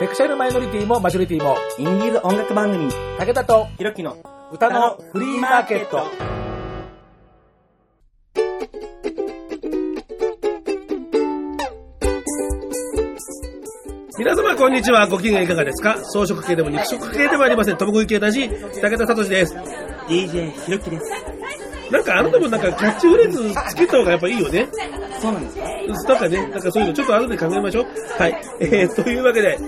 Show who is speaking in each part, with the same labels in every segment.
Speaker 1: セクシャルマイノリティもマジョリティも、
Speaker 2: インディーズ音楽番組、
Speaker 1: 武田と
Speaker 2: ひろきの
Speaker 1: 歌のフリーマーケット。
Speaker 3: 皆様こんにちは。ご機嫌いかがですか草食系でも肉食系でもありません。トム食い系だし、武田聡です。
Speaker 2: DJ ひろきです。
Speaker 3: なんかあなたもなんかキャッチフレーズつけた方がやっぱいいよね。
Speaker 2: そうなんですか
Speaker 3: なんかね、なんかそういうのちょっと後で考えましょう。はい。えー、というわけで、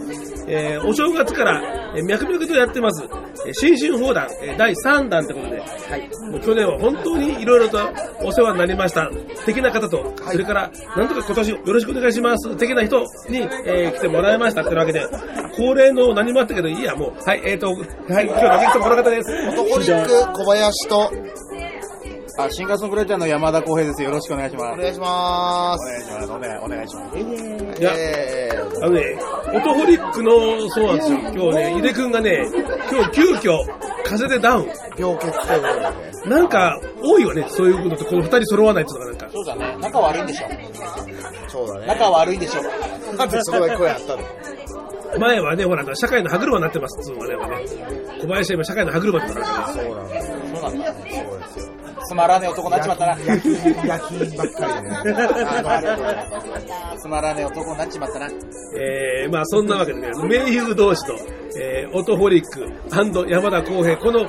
Speaker 3: えー、お正月から、えー、脈々とやってます、えー、新春砲弾、えー、第3弾ってことで、もう去年は本当にいろいろとお世話になりました、的な方と、それから、なんとか今年よろしくお願いします、的な人に、えー、来てもらいましたってわけで、恒例の何もあったけど、いいや、もう、はい、えーと、はい、今日のお客様この方です。
Speaker 4: 男塾小林と、
Speaker 5: あ、シンガーソングライターの山田浩平です。よろしくお願いしま
Speaker 4: お
Speaker 5: す。
Speaker 4: 願いしま
Speaker 5: お願いします。お願いお願いします。
Speaker 4: す。
Speaker 3: いや
Speaker 4: えー
Speaker 3: あのね、オトホリックの、そうなんですよ。今日ね、井出くんがね、今日急遽、風邪でダウン。
Speaker 4: 病欠ということで。
Speaker 3: なんか、多いよね、そういうことって、この二人揃わないっていうのがなんか。
Speaker 5: そうだね。仲悪いんでしょ
Speaker 4: そうだね。
Speaker 5: 仲悪いんでしょ
Speaker 4: なんでそこで声あったの
Speaker 3: 前はね、ほら、社会の歯車になってますっていうのがね、小林は今、社会の歯車ってなって
Speaker 4: そうなんですよ。
Speaker 5: そうなんだ。
Speaker 4: そうですよ。
Speaker 5: つまらねえ男になっちまったな。
Speaker 4: 夜勤、夜勤ばっかり でね。
Speaker 5: ありがとうございますつまらねえ男になっちまったな。
Speaker 3: えー、まあそんなわけでね、メイヒル同士と、えー、オトホリック山田浩平、この、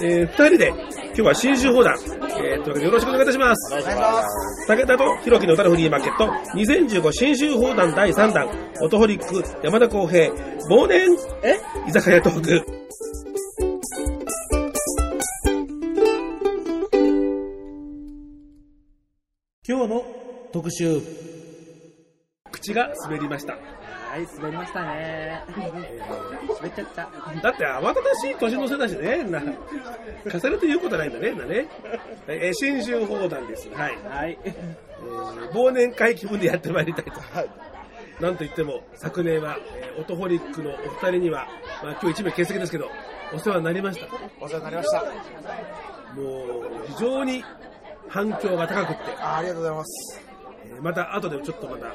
Speaker 3: えー、二人で、今日は新春砲弾、えー、というわけでよろしくお願いいたします。
Speaker 4: お願いします。
Speaker 3: 武田とひろきの歌のフリーマーケット2015新春砲弾第3弾オトホリック山田康平忘年え居酒屋トーク今日の特集口が滑りました
Speaker 2: はい、滑りましたね。滑っちゃった。
Speaker 3: だって慌ただしい年の瀬だしねな重ねて言うことないんだねなね、えー新春砲弾ですはい
Speaker 2: はい。
Speaker 3: えー忘年会気分でやってまいりたいと。なんといっても、昨年は、えーオトホリックのお二人には、まあ、今日一名欠席ですけど、お世話になりました。
Speaker 4: お世話になりました。
Speaker 3: もう、非常に反響が高くって、
Speaker 4: あありがとうございます。
Speaker 3: えーまた後でちょっとまた、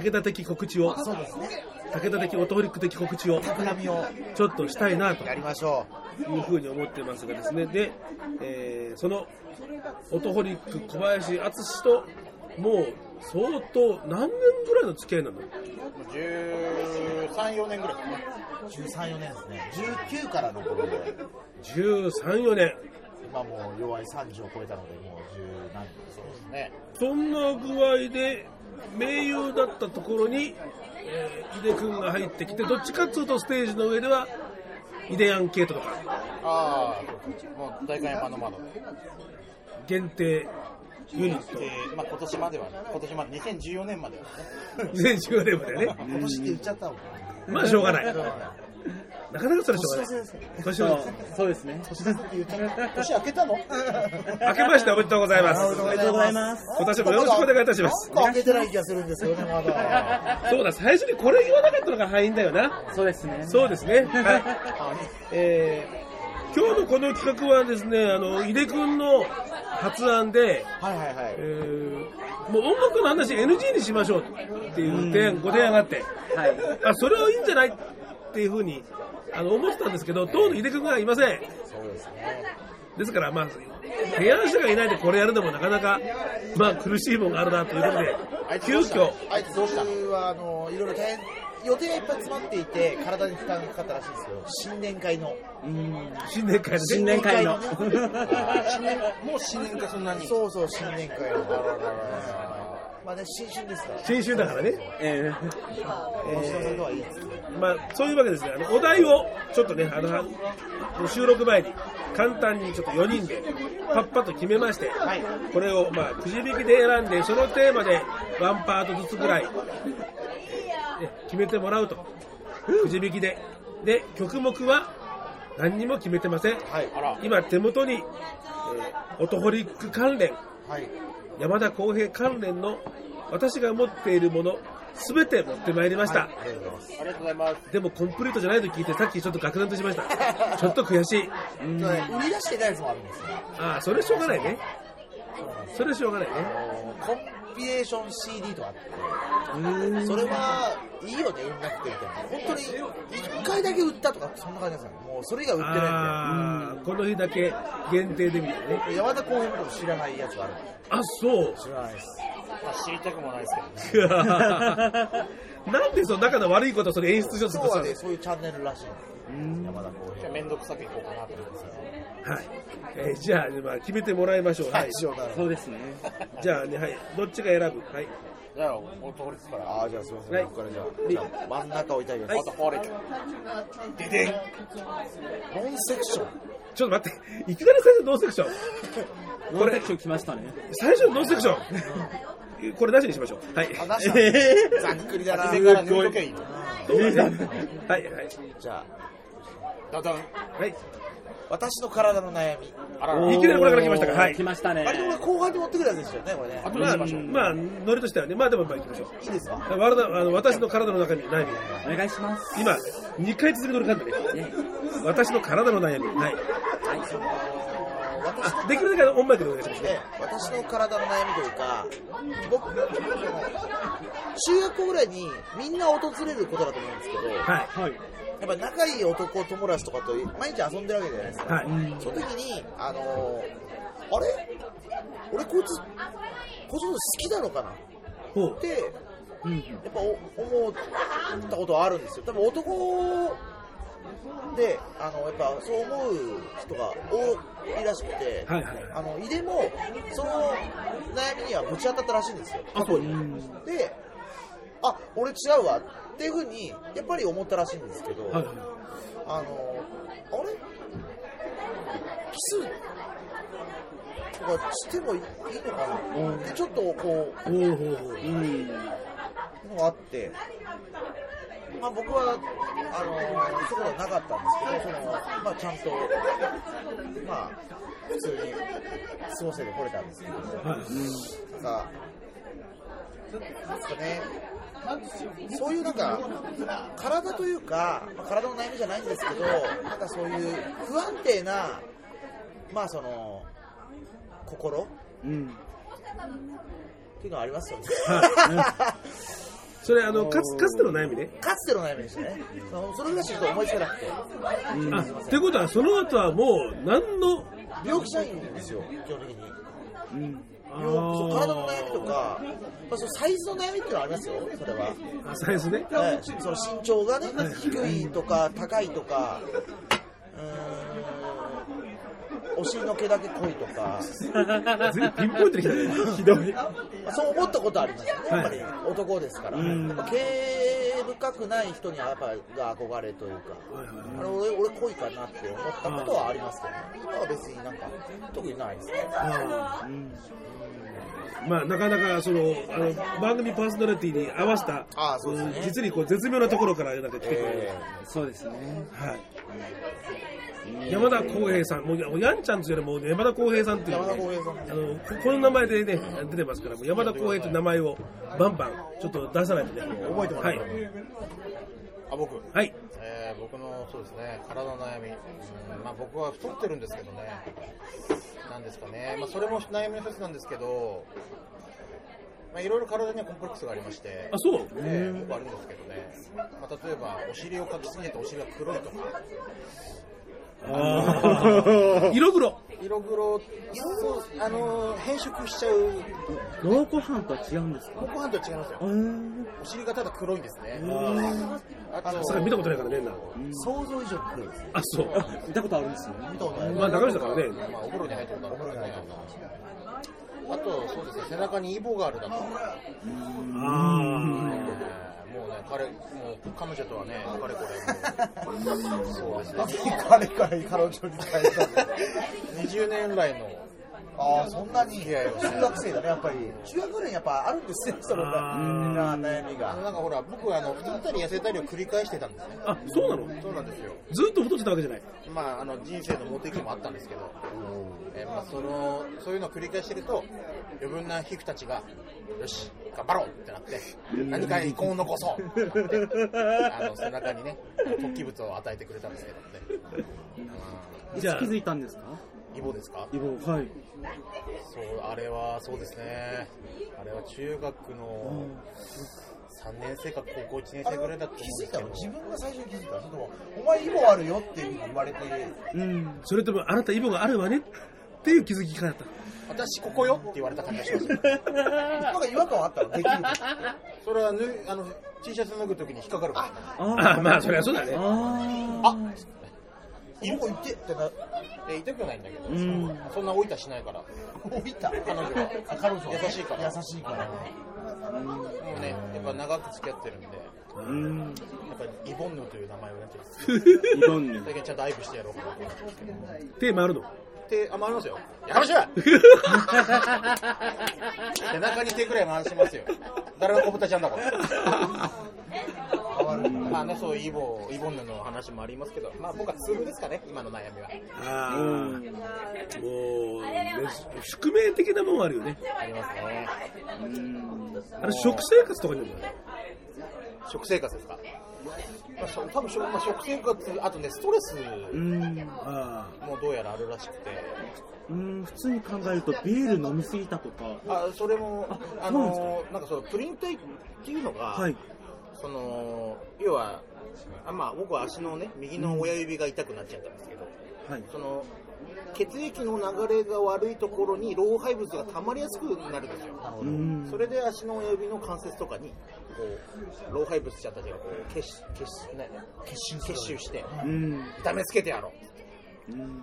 Speaker 3: 武田的告知を、
Speaker 4: そうですね。
Speaker 3: 武田的オトホリック的告知を、
Speaker 4: たくらみを
Speaker 3: ちょっとしたいなと
Speaker 4: やりましょ
Speaker 3: いうふうに思ってますがですね、で、えーその、オトホリック小林敦と、もう、相当、何年ぐらいの付き合いなの
Speaker 5: 13、4年ぐらいかな。
Speaker 4: う。13、4年ですね。19からの頃で、
Speaker 3: 13、4年。
Speaker 4: 今もう弱い30を超えたので、もう10何年。そうですね。
Speaker 3: そんな具合で、盟友だったところに、えー、井出くんが入ってきて、どっちかっつうとステージの上では、井出アンケートとか、
Speaker 5: ああ、もう大官山の窓で。
Speaker 3: 限定ユニッ
Speaker 5: えー、まあ今年まではね、今年まで、2014年まではね。
Speaker 3: ト、2014年までね。
Speaker 4: 今年って言っちゃったの
Speaker 3: まあ、しょうがない。なかなかそれはしょうがない。年を
Speaker 2: そうですね。
Speaker 5: 年明けたの
Speaker 3: 明けましておめでとうございます。
Speaker 2: おめでとうございます。
Speaker 3: 今年もよろしくお願いいたします。
Speaker 4: なんか開けてない気がするんですよね、まだ。
Speaker 3: そうだ、最初にこれ言わなかったのが敗因だよな。
Speaker 2: そうですね。
Speaker 3: そうですね。はい。えー今日のこの企画はですね、あの、井出くんの発案で、
Speaker 4: はいはいはい
Speaker 3: え。ーもう音楽の話 NG にしましょうっていう提案ご提案があって、
Speaker 2: はい。
Speaker 3: あ、それはいいんじゃないっていうふうに、あの、思ってたんですけど、当の井出くんがいません。
Speaker 4: そうですね。
Speaker 3: ですから、まあ、提案者がいないでこれやるのもなかなか、まあ、苦しいもんがあるなということで、急遽、
Speaker 4: あいつどうしたのはあのいろいろ大変予定がいっぱい詰まっていて体に負担がかかったらしいんですけど新年会の
Speaker 2: うん。
Speaker 3: 新年会で
Speaker 2: 新
Speaker 3: ね、
Speaker 2: 年会の。
Speaker 5: もう新年か、そんなに。
Speaker 4: そうそう新年会のまあね新春ですから
Speaker 3: 新春だからね。
Speaker 2: え
Speaker 4: お知らせとはいいですね
Speaker 3: まあ、そういうわけですね、あのお題をちょっとね、あの収録前に簡単にちょっと4人でパッパッと決めまして、これをまあくじ引きで選んで、そのテーマでワンパートずつぐらいね決めてもらうと、くじ引きで。で、曲目は何にも決めてません。
Speaker 4: はい
Speaker 5: あら、
Speaker 3: 今、手元に、えー、オトホリック関連、
Speaker 4: はい
Speaker 3: 山田康平関連の私が持っているもの、すべて持ってまいりました。
Speaker 4: はいありがとうございます
Speaker 5: ありがとうございます。
Speaker 3: でもコンプリートじゃないと聞いてさっきちょっと愕然としました。ちょっと悔しい。
Speaker 4: ただね売り出してないやつもあるんですよ
Speaker 3: ああ、それしょうがないね。それしょうがないね。
Speaker 4: あのコンピレーション CD とかあって、それはいいよね、売んなくてみたいな。本当に、一回だけ売ったとか、そんな感じなんですよ。もうそれ以外売ってないん
Speaker 3: あーこの日だけ限定でみたいなね。
Speaker 4: で。山田公平のこと知らないやつがある。
Speaker 3: あ、そう。
Speaker 4: 知らないです。
Speaker 5: 知りたくもないですけどね。
Speaker 3: なんでその仲の悪いことをそれ演出しようとす
Speaker 4: 今日
Speaker 3: る
Speaker 4: は
Speaker 3: ん
Speaker 4: ね、
Speaker 3: です
Speaker 4: そういうチャンネルらしいの。山田公
Speaker 5: じゃ
Speaker 4: 平
Speaker 5: あ。めんどくさくいこうかなと思いますよ。
Speaker 3: かはい。えーじゃあ、まあ、決めてもらいましょう。はい。
Speaker 4: 一応なら
Speaker 2: そうですね。
Speaker 3: じゃあね、はい。どっちが選ぶはい。
Speaker 5: じゃあ、俺と俺ですから。
Speaker 4: ああ、じゃあすいませ
Speaker 3: はい
Speaker 4: ん、僕からじゃあ、じゃあ真ん中置いたいよ。
Speaker 5: また壊れちゃででん
Speaker 4: ノンセクション。
Speaker 3: ちょっと待って。いきなり最初のノーセクション。
Speaker 2: ノンセクション来ましたね。
Speaker 3: 最初のノーセクション。これなしにしましょう。はい。
Speaker 4: あ、なしだ ざっくりだな。
Speaker 5: 手から抜いとけばいいの。
Speaker 3: そうだねはい、はい。
Speaker 4: じゃあ、
Speaker 5: だだん。
Speaker 3: はい。
Speaker 4: 私の体の悩み。
Speaker 5: あら
Speaker 3: おー
Speaker 5: ら。
Speaker 3: いきなりこれから来ましたかはい
Speaker 2: 来ましたね。
Speaker 4: 割とこれ後半に持ってくるやつですよね、これね。
Speaker 5: あと
Speaker 3: ま
Speaker 5: で
Speaker 3: あ、
Speaker 5: しましょう。
Speaker 3: まあ、ノリとしてはね、まあでもまあ行きましょう。
Speaker 4: いいですか
Speaker 3: わらあの私の体の中に悩み。
Speaker 2: お願いします。
Speaker 3: 今、2回続けてるかんだね。
Speaker 2: ね
Speaker 3: 私の体の悩み。はい。
Speaker 4: 私
Speaker 3: あできるだけ音楽でお願いしますね。
Speaker 4: ね、私の体の悩みというか、僕、中学校ぐらいにみんな訪れることだと思うんですけど、
Speaker 3: はい。
Speaker 4: やっぱ仲いい男友達とかと毎日遊んでるわけじゃないですか。
Speaker 3: はい。
Speaker 4: その時に、あのーあれ俺こいつ、こいつの好きなのかなっ
Speaker 3: ほう。
Speaker 4: て、
Speaker 2: うんうん。
Speaker 4: やっぱお思ったことはあるんですよ。多分男で、あの、やっぱそう思う人が多いらしくて、
Speaker 3: はいはいはい。
Speaker 4: あの井出もその悩みにはぶち当たったらしいんですよ過去にであ俺違うわっていうふうにやっぱり思ったらしいんですけど、
Speaker 3: はいはい
Speaker 4: あのあれキスとかしてもいいのかなってちょっとこ
Speaker 3: ほうほうほ
Speaker 2: う
Speaker 3: う。
Speaker 2: ん。
Speaker 4: うのがあってまあ僕はあのそういうことはなかったんですけどそのまあちゃんとまあ普通に過ごせてこれたんですけど、
Speaker 3: はい。
Speaker 4: なんか、なんですかね、そういうなんか、体というか、まあ体の悩みじゃないんですけど、なんかそういう不安定な、まあその、心っ
Speaker 2: うん。
Speaker 4: ていうのはありますよね。
Speaker 3: それ、あの、かつ、かつての悩みね。
Speaker 4: かつての悩みでしたね。そのそれぐらいしかちょっと思いつかなくて。
Speaker 3: あ、ってことは、その後はもう、何の、
Speaker 4: 病気じゃないんですよ、基本的に。
Speaker 3: あ
Speaker 4: 病そう
Speaker 3: ー
Speaker 4: 体の悩みとか、まあ、そのサイズの悩みっていうのはありますよ、それは。
Speaker 3: あ、サイズね。
Speaker 4: はいその身長がね、低いとか高いとか、うーん、お尻の毛だけ濃いと か、
Speaker 3: 全部ピンポイントできたね。ひどい。
Speaker 4: まあそう思ったことありますよね、やっぱり
Speaker 3: は
Speaker 4: 男ですから。
Speaker 3: ん
Speaker 4: やっぱ毛深くない人にはやっぱりが憧れというか、あれ俺俺濃いかなって思ったことはありますけどね、今は別になんか特にないですね。
Speaker 3: まあ、なかなか、その、あの、番組パーソナリティに合わせた、
Speaker 4: あーそうですね
Speaker 3: ん実にこう、絶妙なところから、なんか来てくれる。
Speaker 4: え
Speaker 2: そうですね。
Speaker 3: はい。山田浩平さん、もう、やんちゃんというよりも、山田浩平さんって
Speaker 4: ー
Speaker 3: いう
Speaker 4: 山田
Speaker 3: ね、
Speaker 4: 光平さん
Speaker 3: あの、ここの名前でね、出てますから、もう山田浩平という名前をバンバン、ちょっと出さないとね。
Speaker 4: 覚えてもら
Speaker 3: は
Speaker 4: え
Speaker 3: い
Speaker 4: た。ら
Speaker 5: あ、僕。
Speaker 3: はい。
Speaker 5: えー、僕のそうですね体の悩み、うんまあ、僕は太ってるんですけどね、なんですかね、まあ、それも悩みの一つなんですけど、まあ、いろいろ体にはコンプレックスがありまして
Speaker 3: あ、、そう。
Speaker 5: えー、僕あるんですけどね、まあ、例えばお尻をかきすぎてお尻が黒いとか、
Speaker 3: あー色黒。
Speaker 5: 色黒、そうあのー変色しちゃう、
Speaker 2: 老湖飯とは違うんですか
Speaker 5: 僕はとは違いますよ、
Speaker 2: うん。
Speaker 5: お尻がただ黒いんですね、あと
Speaker 3: それ見たことないからね、な。
Speaker 4: 想像以上に黒いですね。
Speaker 3: あ、そう。
Speaker 2: 見たことあるんですよね。
Speaker 4: 見たことない。
Speaker 3: まあ、 中身だからね。
Speaker 5: まあ、お風呂に入ったことあるからね。あと、そうですね、背中にイボがあるだとか。
Speaker 3: あ
Speaker 5: もうね、彼、もう彼女とはね、かれこ れ、そうですね、
Speaker 4: 彼から彼女に変えたんだ
Speaker 5: 20年来の、
Speaker 4: ああ、そんなに。
Speaker 5: いやいや
Speaker 4: 中学生だね、やっぱり。中学年やっぱあるんですよ、その
Speaker 3: あー
Speaker 4: みんな悩み
Speaker 5: あの
Speaker 4: が。
Speaker 5: なんかほら、僕、あの、太ったり痩せたりを繰り返してたんですね。
Speaker 3: あ、そうなの
Speaker 5: そうなんですよ。
Speaker 3: ずっと太ってたわけじゃない。
Speaker 5: まあ、あの、人生のモテ期もあったんですけど、えーまあ、その、そういうのを繰り返してると、余分な皮膚たちが、よし、頑張ろうってなって、何か遺恨を残そうってなって、あの、背中にね、突起物を与えてくれたんですけどね。
Speaker 3: じゃあ
Speaker 2: いつ気づいたんですか
Speaker 5: イボですか
Speaker 3: イボ、はい。
Speaker 5: そう、あれは、そうですね。あれは中学の3年生か高校1年
Speaker 4: あ
Speaker 5: 生
Speaker 4: れ
Speaker 5: ぐ
Speaker 4: は
Speaker 5: らいだったと
Speaker 4: 気づいた
Speaker 5: 思うんですけ
Speaker 4: の
Speaker 5: ど。
Speaker 4: 自分が最初に気づいたのそれともお前イボあるよっていうふうに言われて
Speaker 3: うん。それとも、あなたイボがあるわねっていう気づきからだっ
Speaker 5: 私ここよって言われた感じがします。
Speaker 4: なんか違和感はあったのできるの
Speaker 5: それはぬいあの T シャツ脱ぐときに引っかかるから
Speaker 3: た。ああ、まあ、そりゃそうだね。
Speaker 5: あ
Speaker 2: あ
Speaker 4: イボいてってな
Speaker 5: で痛くないんだけど、
Speaker 3: ん
Speaker 5: そんな老いたしないから
Speaker 4: 置いた
Speaker 5: 彼女は
Speaker 4: あ彼女は
Speaker 5: 優しいから
Speaker 4: 優しいから
Speaker 5: もうねやっぱ長く付き合ってるんでや
Speaker 6: うん。
Speaker 5: っぱりイボンヌという名前をね
Speaker 6: イボンヌ。
Speaker 5: 最近ちゃんと愛撫してやろうかなと思ってますけど
Speaker 3: 手回るの。
Speaker 5: 手あ回りますよやかましい 背中に手くらい回しますよ誰が小豚ちゃんだこ れ
Speaker 4: 変わるんだ
Speaker 5: まあねそうイボイボンヌの話もありますけどまあ僕は痛風ですかね今の悩みは
Speaker 3: ああ、もう、ね宿命的なもんあるよね。
Speaker 5: ありますね
Speaker 3: あれ、食生活とかにもある。
Speaker 5: 食生活ですか、まあ、しょ多分しょ、まあ、食生活あとねストレス
Speaker 6: うん。
Speaker 3: あ
Speaker 5: もどうやらあるらしくて
Speaker 6: うん、普通に考えるとビール飲みすぎたとか。
Speaker 5: あそれも
Speaker 6: あ
Speaker 5: あのなんかそのプリン体っていうのが、
Speaker 6: はい。
Speaker 5: その要はあまあ僕は足のね右の親指が痛くなっちゃったんですけど、
Speaker 6: はい。
Speaker 5: その血液の流れが悪いところに老廃物が溜まりやすくなるんですよ
Speaker 6: うん
Speaker 5: それで足の親指の関節とかにこう老廃物ちゃったちがこう結集結集ね結集結集して
Speaker 6: うん。
Speaker 5: 痛めつけてやろう
Speaker 6: うん。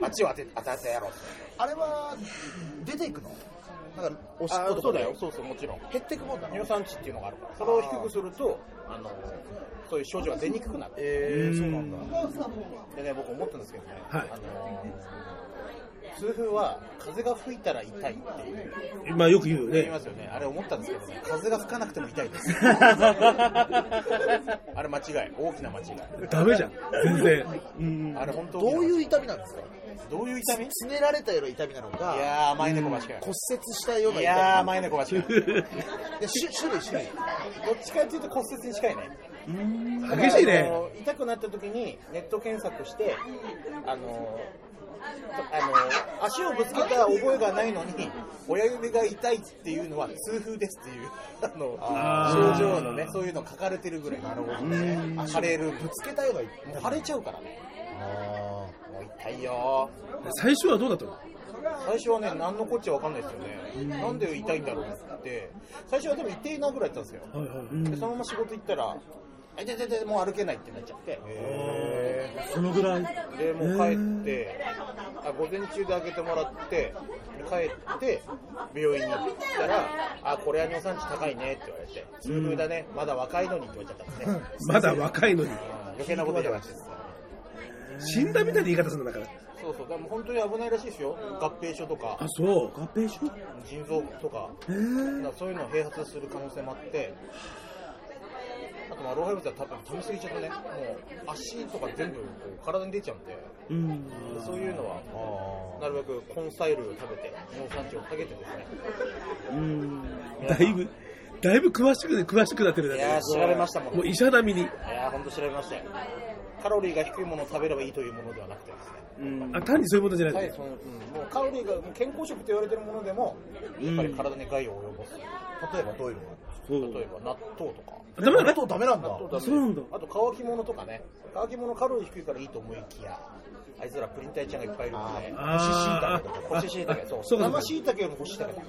Speaker 5: バチを当て当ててやろう
Speaker 4: あれは出ていくのなんかおしっ
Speaker 5: あ
Speaker 4: こと
Speaker 5: そう
Speaker 4: か
Speaker 5: だ
Speaker 4: で
Speaker 5: よそうそうもちろん
Speaker 4: 減ってくもんだ
Speaker 5: 尿酸値っていうのがあるからそれを低くするとあのそういう症状が出にくくなる
Speaker 4: え
Speaker 6: ー
Speaker 4: ー、
Speaker 6: そ
Speaker 4: そうう
Speaker 6: な
Speaker 4: なん
Speaker 6: だ
Speaker 4: んだ
Speaker 5: でね僕思ったんですけどね、
Speaker 3: はい
Speaker 5: あの痛風は風が吹いたら痛いっていう
Speaker 3: あ。まあ、よく言うよ
Speaker 5: 言いま
Speaker 3: ね。
Speaker 5: すよねあれ思ったんですけどね風が吹かなくても痛いです あれ間違い大きな間違い
Speaker 3: ダメじゃん。全然。
Speaker 6: うん。
Speaker 5: あれ本当
Speaker 4: どういうう痛みなんですか
Speaker 5: どういう痛みい
Speaker 4: つねられたような痛みなのか
Speaker 5: やー甘い猫間違
Speaker 4: 骨折したようない
Speaker 5: い
Speaker 4: 痛み
Speaker 5: やー甘い猫間 違い
Speaker 4: いや種種類種類
Speaker 5: どっちかっていうと骨折に近いね
Speaker 3: 激しいね
Speaker 5: あ。の痛くなった時にネット検索して、あの、あの、足をぶつけた覚えがないのに、親指が痛いっていうのは痛風ですっていう、 あの、
Speaker 3: あー
Speaker 5: 症状のね、そういうの書かれてるぐらい。なるほどね。腫れる。
Speaker 4: ぶつけたような痛み
Speaker 5: 腫れちゃうからね。もう痛いよ
Speaker 3: 最初はどうだったの
Speaker 5: 最初はね、何のこっちゃわかんないですよね。なんで痛いんだろうって。最初はでも痛いなぐらいだったんですよ。
Speaker 3: はいはい。
Speaker 5: で、そのまま仕事行ったら、あ痛い痛い痛い、もう歩けないってなっちゃって。
Speaker 6: そのぐらい。
Speaker 5: でもう帰って、あ午前中で開けてもらって帰って病院に行ったら「あこれは尿酸値高いね」って言われて「痛風だねまだ若いのに」って言われちゃったんですね
Speaker 3: まだ若いのに。
Speaker 5: 余計なこと言われて
Speaker 3: 死んだみたいな言い方するんだから。
Speaker 5: そうそうでも本当に危ないらしいですよ合併症とか
Speaker 3: あ、そう。
Speaker 6: 合併症
Speaker 5: 腎臓とか
Speaker 6: え
Speaker 5: だ
Speaker 6: ー
Speaker 5: からそういうのを併発する可能性もあってあとまあ老廃物は多分溜めすぎちゃってねもう足とか全部こう体に出ちゃうんで
Speaker 6: うん。
Speaker 5: そういうのはなるべく根菜類を食べて尿酸値を下げてですね
Speaker 6: うん。
Speaker 3: だいぶ、だいぶ詳しく、詳しくなってるだ
Speaker 5: いやー調べましたもん
Speaker 3: もう
Speaker 5: い
Speaker 3: 医者並みに。
Speaker 5: やー本当調べましたよカロリーが低いものを食べればいいというものではなくてですね
Speaker 6: うん
Speaker 3: あ、単にそういうことじゃな
Speaker 5: はいいその、うん、もうカロリーがもう健康食と言われてるものでもやっぱり体に害を及ぼす、
Speaker 4: 例えばどういうの
Speaker 6: そう
Speaker 5: 例えば納豆とか
Speaker 3: ダメだね。
Speaker 4: とダメなんだ
Speaker 5: 納豆ダメ
Speaker 6: そうなんだ
Speaker 5: あと乾き物とかね乾き物カロリー低いからいいと思いきやあいつらプリン体ちゃんがいっぱいいるので
Speaker 3: あー
Speaker 5: 干し椎茸
Speaker 3: あ
Speaker 5: そう
Speaker 3: そうかそうか
Speaker 5: 生椎茸よりも干し椎茸だ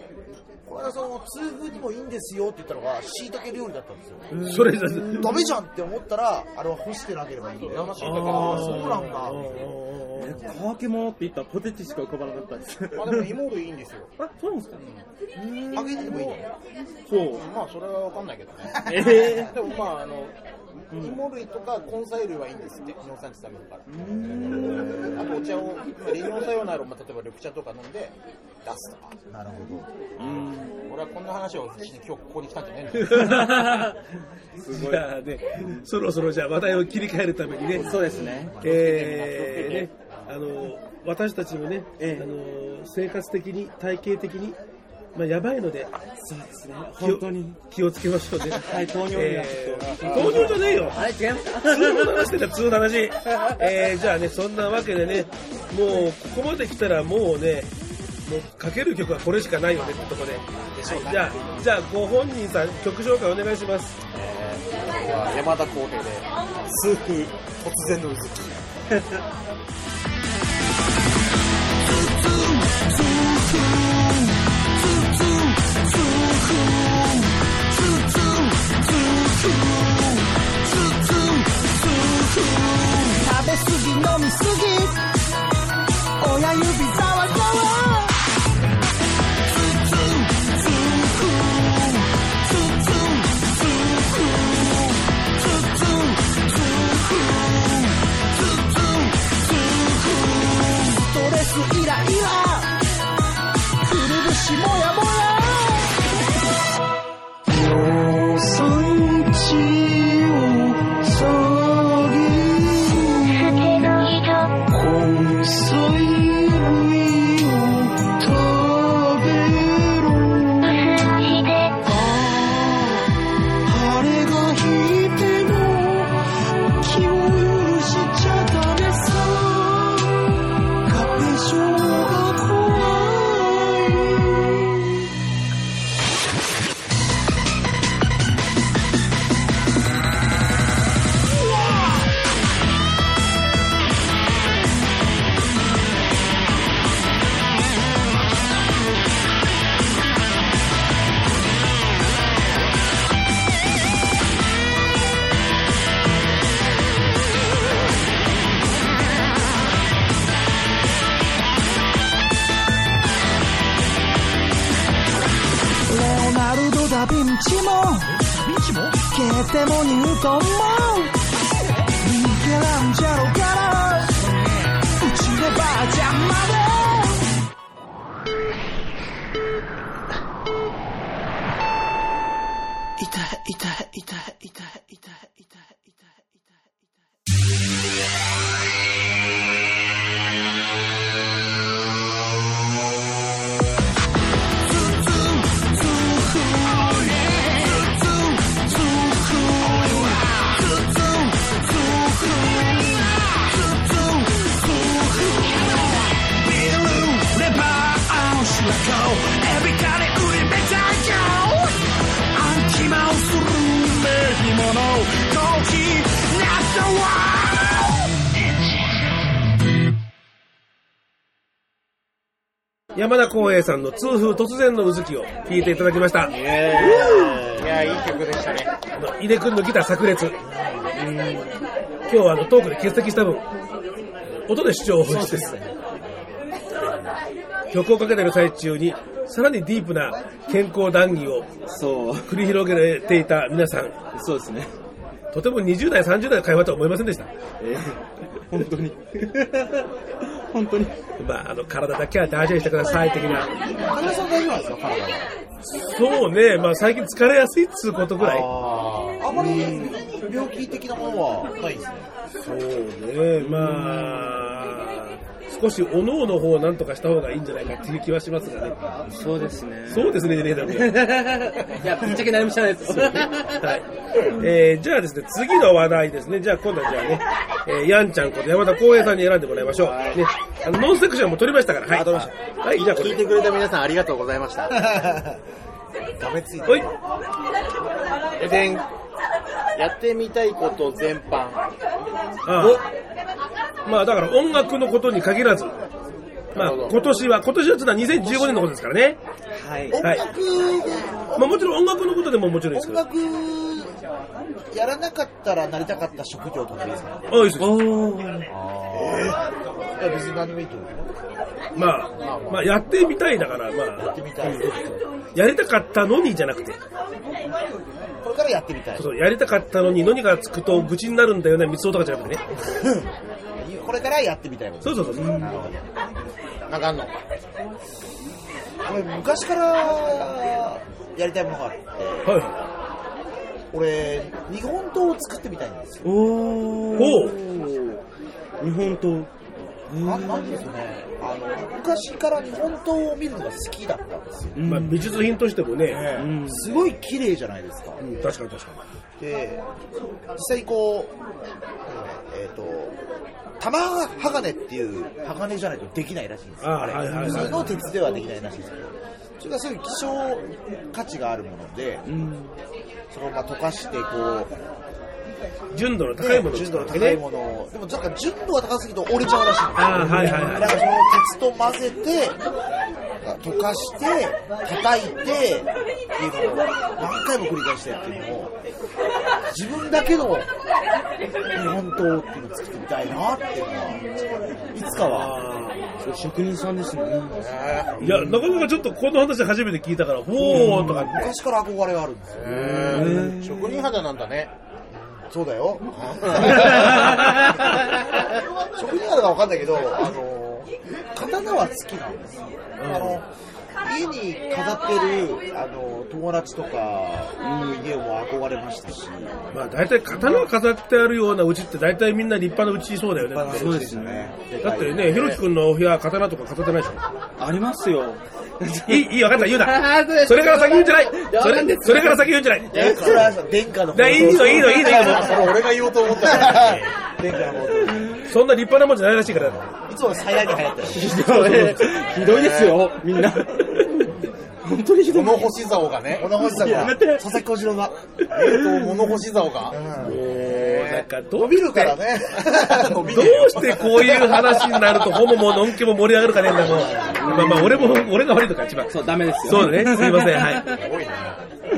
Speaker 4: これはその痛風にもいいんですよって言ったのが椎茸料理だったんですよ
Speaker 3: それじゃ、
Speaker 4: ダメじゃんって思ったらあれは干してなければいいんだよ
Speaker 5: 生椎
Speaker 3: あ
Speaker 5: 茸
Speaker 4: あ
Speaker 5: は
Speaker 4: あ
Speaker 5: 干し
Speaker 4: そ
Speaker 5: 椎
Speaker 4: う
Speaker 5: 茸
Speaker 4: なんだ
Speaker 6: え乾き物って言ったらポテチしか浮かばなかったです。
Speaker 5: まあでも芋類いいんですよ
Speaker 6: あ、そうなんですか
Speaker 4: 揚げてでもいいの
Speaker 6: そう。
Speaker 5: まあそれは分かんないけどね
Speaker 6: え
Speaker 5: でもまああの芋類とか根菜類はいいんですって尿酸値下げるからあとお茶を利尿作用のある、まあ、例えば緑茶とか飲んで出すとか
Speaker 4: なるほど
Speaker 5: 俺はこんな話をしに今日ここに来たんじゃねえんだよ
Speaker 3: すごい。じゃあね、そろそろじゃあ話題を切り替えるためにね。そうですね。えー、ね、あの、私たちもね、
Speaker 6: ええ
Speaker 3: あの、生活的に、体系的に、まあ、やばいので
Speaker 6: そうですね。
Speaker 3: 気を
Speaker 6: 本当に。
Speaker 3: 気をつけましょうね。
Speaker 6: はい、糖尿病が
Speaker 3: えー、糖尿じゃねえよ
Speaker 2: あれ違いますか
Speaker 3: 普通の話してた、普通の話。えー、じゃあね、そんなわけでね、もう、ここまで来たらもうね、もうかける曲はこれしかないよねってとこで。じゃあ、じゃあ、ご本人さん、曲紹介お願いします。
Speaker 5: は山田康平で、痛風突然のうずき。
Speaker 7: 食べ過ぎ飲み過ぎ親指ざわざわつつつくつつつくつつつくつつつくストレスイライラくるぶしもやもやあれが引いても気を許しちゃダメさ花粉症が怖いレオナルド・ダ・ヴィンチもケーテもニュートンもミケランジェロからうちでばあちゃんまで痛い痛い痛い痛い痛い痛い痛い痛い痛い
Speaker 3: 山田光平さんの痛風突然のうずきを聴いていただきました。
Speaker 5: いや、いい曲でしたね。
Speaker 3: あの井出君のギター炸裂。今日はあのトークで欠席した分、音で主張を放出です。曲をかけてる最中に、さらにディープな健康談義を
Speaker 6: そう、
Speaker 3: 繰り広げていた皆さん、
Speaker 6: そうですね。
Speaker 3: とても20代、30代の会話とは思いませんでした。
Speaker 6: えー、本当 に。本当に。
Speaker 3: まあ、あの、体だけは大事にしてください、的な。
Speaker 5: 神田さん大丈夫なんですか、体は。
Speaker 3: そうね、まあ最近疲れやすいっつうことぐらい。
Speaker 5: あ
Speaker 4: あまり病気的なものは
Speaker 5: ーないですね。
Speaker 3: そうね、まあ、少しおのおの方をなんとかした方がいいんじゃないかっていう気はしますがね。
Speaker 6: そうです ね。
Speaker 3: そうですね、じゃねえだろうね。
Speaker 2: いや、ぶっちゃけ何も知らないです。
Speaker 3: はい。えー、じゃあですね、次の話題ですね。じゃあ今度はじゃあね、えー、やんちゃんこと山田光平さんに選んでもらいましょう。ね。あの、ノンセクションも取りましたから。はい。はい、じゃあこ
Speaker 5: 聞
Speaker 3: れ
Speaker 5: い。てくれた皆さんありがとうございました。ダメついて
Speaker 3: は
Speaker 5: る
Speaker 3: い。
Speaker 5: ででんやってみたいこと全般。
Speaker 3: ああまあだから音楽のことに限らず、まあ今年は、今年はつは2015年のことですからね。
Speaker 6: はい。
Speaker 4: 音
Speaker 3: はい
Speaker 4: 楽、
Speaker 3: まあもちろん音楽のことでももちろんいいです
Speaker 4: 音
Speaker 3: けど。あ
Speaker 4: 楽やらなかったらなりたかった職業とかいいですか
Speaker 3: あ、いいですよ。
Speaker 6: おー。
Speaker 4: いや別に何もいいと思うよ
Speaker 3: まあ、まあやってみたいだから、ま
Speaker 4: や
Speaker 3: あ
Speaker 4: って、みたい
Speaker 3: やりたかったのにじゃなくて、
Speaker 4: これからやってみたい
Speaker 3: そうやりたかったのに、のにがつくと愚痴になるんだよね、三つ男とかじゃなくてね。
Speaker 4: これからやってみたいこと
Speaker 3: そうそうそう。
Speaker 5: なんかあんの
Speaker 4: 俺昔からやりたいものがあって
Speaker 3: は
Speaker 4: 俺日本刀を作ってみたいんですよ
Speaker 6: おー。
Speaker 3: お
Speaker 6: 日本刀。
Speaker 4: ななんですかねあの昔から日本刀を見るのが好きだったんですよ、
Speaker 3: まあ、美術品としてもね、
Speaker 6: ん
Speaker 4: すごい綺麗じゃないですか、
Speaker 3: うん、確かに確か
Speaker 4: で実際こうなんだろうねえっ、と玉鋼っていう鋼じゃないとできないらしいんですよ
Speaker 3: ああ
Speaker 4: れ
Speaker 3: はいはいはい
Speaker 4: 普通の鉄ではできないらしいんですけどそれがすごい希少価値があるもので、それをまあ溶かしてこう
Speaker 3: に。純度の高いものを
Speaker 4: 純
Speaker 3: 作る
Speaker 4: 度の
Speaker 3: わけ
Speaker 4: 高い
Speaker 3: ね。
Speaker 4: ものをでもなんか純度が高すぎて折れちゃうらしいんですよ
Speaker 3: ああ、はいはい
Speaker 4: だ
Speaker 3: は
Speaker 4: か
Speaker 3: い。
Speaker 4: らその鉄と混ぜて、なんか溶かして、叩いて、っていうのを何回も繰り返してやってるのを、自分だけの日本刀っていうのを作ってみたいなっていうのは、いつかは。
Speaker 6: 職人さんですね。
Speaker 3: いや、なかなかちょっとこの話初めて聞いたから、ほーとか って。
Speaker 4: 昔から憧れがあるんですよ。
Speaker 5: へえ職人肌なんだね。
Speaker 4: そう だよ。職人なのか分かんないけど、あの、刀は好きなんですよ。あの、家に飾ってる、あの、友達とかの家も憧れましたし、
Speaker 3: まあ大体刀が飾ってあるようなうちって大体みんな立派なうちそうだよね。
Speaker 6: そうですよね。
Speaker 3: だってね、ひろきくんのお部屋刀とか飾ってないでし
Speaker 6: ありますよ。
Speaker 3: ょ。いい、いい、分かった、言うな。それから先言うんじゃない。それ、それから先言うんじゃない。
Speaker 4: え、それは殿下の
Speaker 3: だいいの、いいの、いいの、いい
Speaker 5: それ俺が言おうと思ったから。
Speaker 4: 殿下のこと
Speaker 3: の。そんな立派なもんじゃないらしいから。
Speaker 4: いつも鞘に流行ってる。
Speaker 6: ひどい。ひどいですよ、みんな。本当にひど
Speaker 5: こ
Speaker 6: い。
Speaker 5: の星竿がね。
Speaker 4: 物干しさんが、
Speaker 6: やめて
Speaker 4: 佐々木小次郎が。
Speaker 5: えーと、物干し竿が。
Speaker 3: なんかどう
Speaker 4: 伸びるからね。
Speaker 5: 伸び
Speaker 3: ど
Speaker 5: ね
Speaker 3: う
Speaker 5: えよ
Speaker 3: してこういう話になると、ホモものんけも盛り上がるかねえんだもん。まあまあ、俺も、俺が悪いのか、一番。
Speaker 6: そう、ダメですよ。
Speaker 3: そうだね、すいません、は
Speaker 5: すごいね。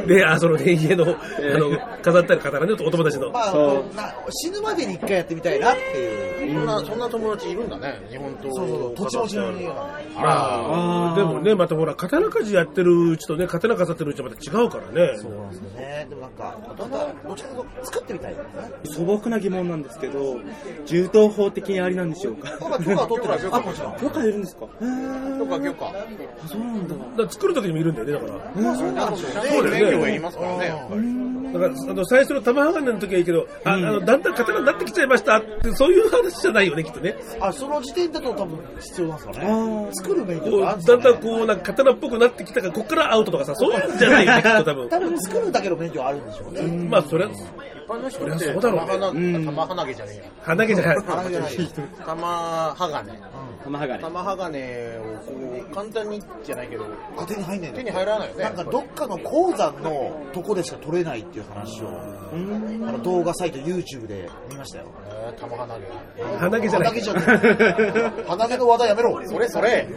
Speaker 3: い。で、あ、そのね、家の、あの、飾ってある刀ね、お友達の。
Speaker 4: まあ、
Speaker 6: そう
Speaker 4: こうな死ぬまでに一回やってみたいなっていう。
Speaker 5: そんな、そんな友達いるんだね。日本刀
Speaker 4: そうそうそう、
Speaker 5: を
Speaker 4: 土地
Speaker 5: 飾
Speaker 4: 持
Speaker 5: っ
Speaker 4: ち
Speaker 5: てあ
Speaker 4: の
Speaker 5: る
Speaker 4: 家が。
Speaker 5: あ
Speaker 3: あーでもね、またほら、刀鍛冶やってるうちとね、刀飾ってるうちはまた違うからね。
Speaker 4: そうなんですよね。でもなんか、また、どっちかというと作ってみたいなね。
Speaker 6: 素朴な疑問なんですけど、銃刀法的にありなんでしょうか
Speaker 4: なんか許可は取ってないですよ、もちろん。
Speaker 6: 許可いるんですかへ
Speaker 5: あ。
Speaker 6: ー
Speaker 5: 許可許可。
Speaker 6: あそうなんだ。
Speaker 3: だから作る時にもいるんだよね、だから。
Speaker 4: まあそうなんですよね。
Speaker 3: そうだよね
Speaker 5: 免許がいりますからね、やっぱり。
Speaker 3: だから、あの、最初の玉鋼の時はいいけど、ああの、だんだん刀になってきちゃいましたって、そういう話じゃないよね、きっとね。
Speaker 4: あ、その時点だと多分必要なんですか
Speaker 6: あ
Speaker 4: ね。
Speaker 6: ー
Speaker 4: 作る免
Speaker 3: こ
Speaker 4: 許
Speaker 3: う、
Speaker 4: が
Speaker 3: だ
Speaker 4: あるん
Speaker 3: ん
Speaker 4: です
Speaker 3: だ
Speaker 4: か、ね、
Speaker 3: んこう、なんか刀っぽくなってきたから、こっからアウトとかさ、そういうんじゃないよね、きっと多分。
Speaker 4: 多分作るだけの免許はあるんでしょうね。
Speaker 3: まあ、それは、
Speaker 5: 一般の人
Speaker 3: そ
Speaker 5: っ
Speaker 3: りゃ
Speaker 5: て、
Speaker 3: そうだろうね
Speaker 5: ね。玉花毛じゃねえや。
Speaker 3: 鼻毛じゃ ない。
Speaker 4: あれじゃないです
Speaker 5: 玉鋼。
Speaker 6: 玉はがれ。
Speaker 5: 玉鋼をこう、簡単にじゃないけど、
Speaker 4: あ手に入んないの
Speaker 5: 手に入らないよね
Speaker 4: なんかどっかの鉱山のとこでしか取れないっていう話を、あの動画サイト YouTube で見ましたよ。
Speaker 5: えー玉花毛。
Speaker 3: 鼻毛じゃな
Speaker 4: 鼻毛
Speaker 3: い
Speaker 4: じ。ゃない。鼻毛の話題やめろ。
Speaker 5: それそれ。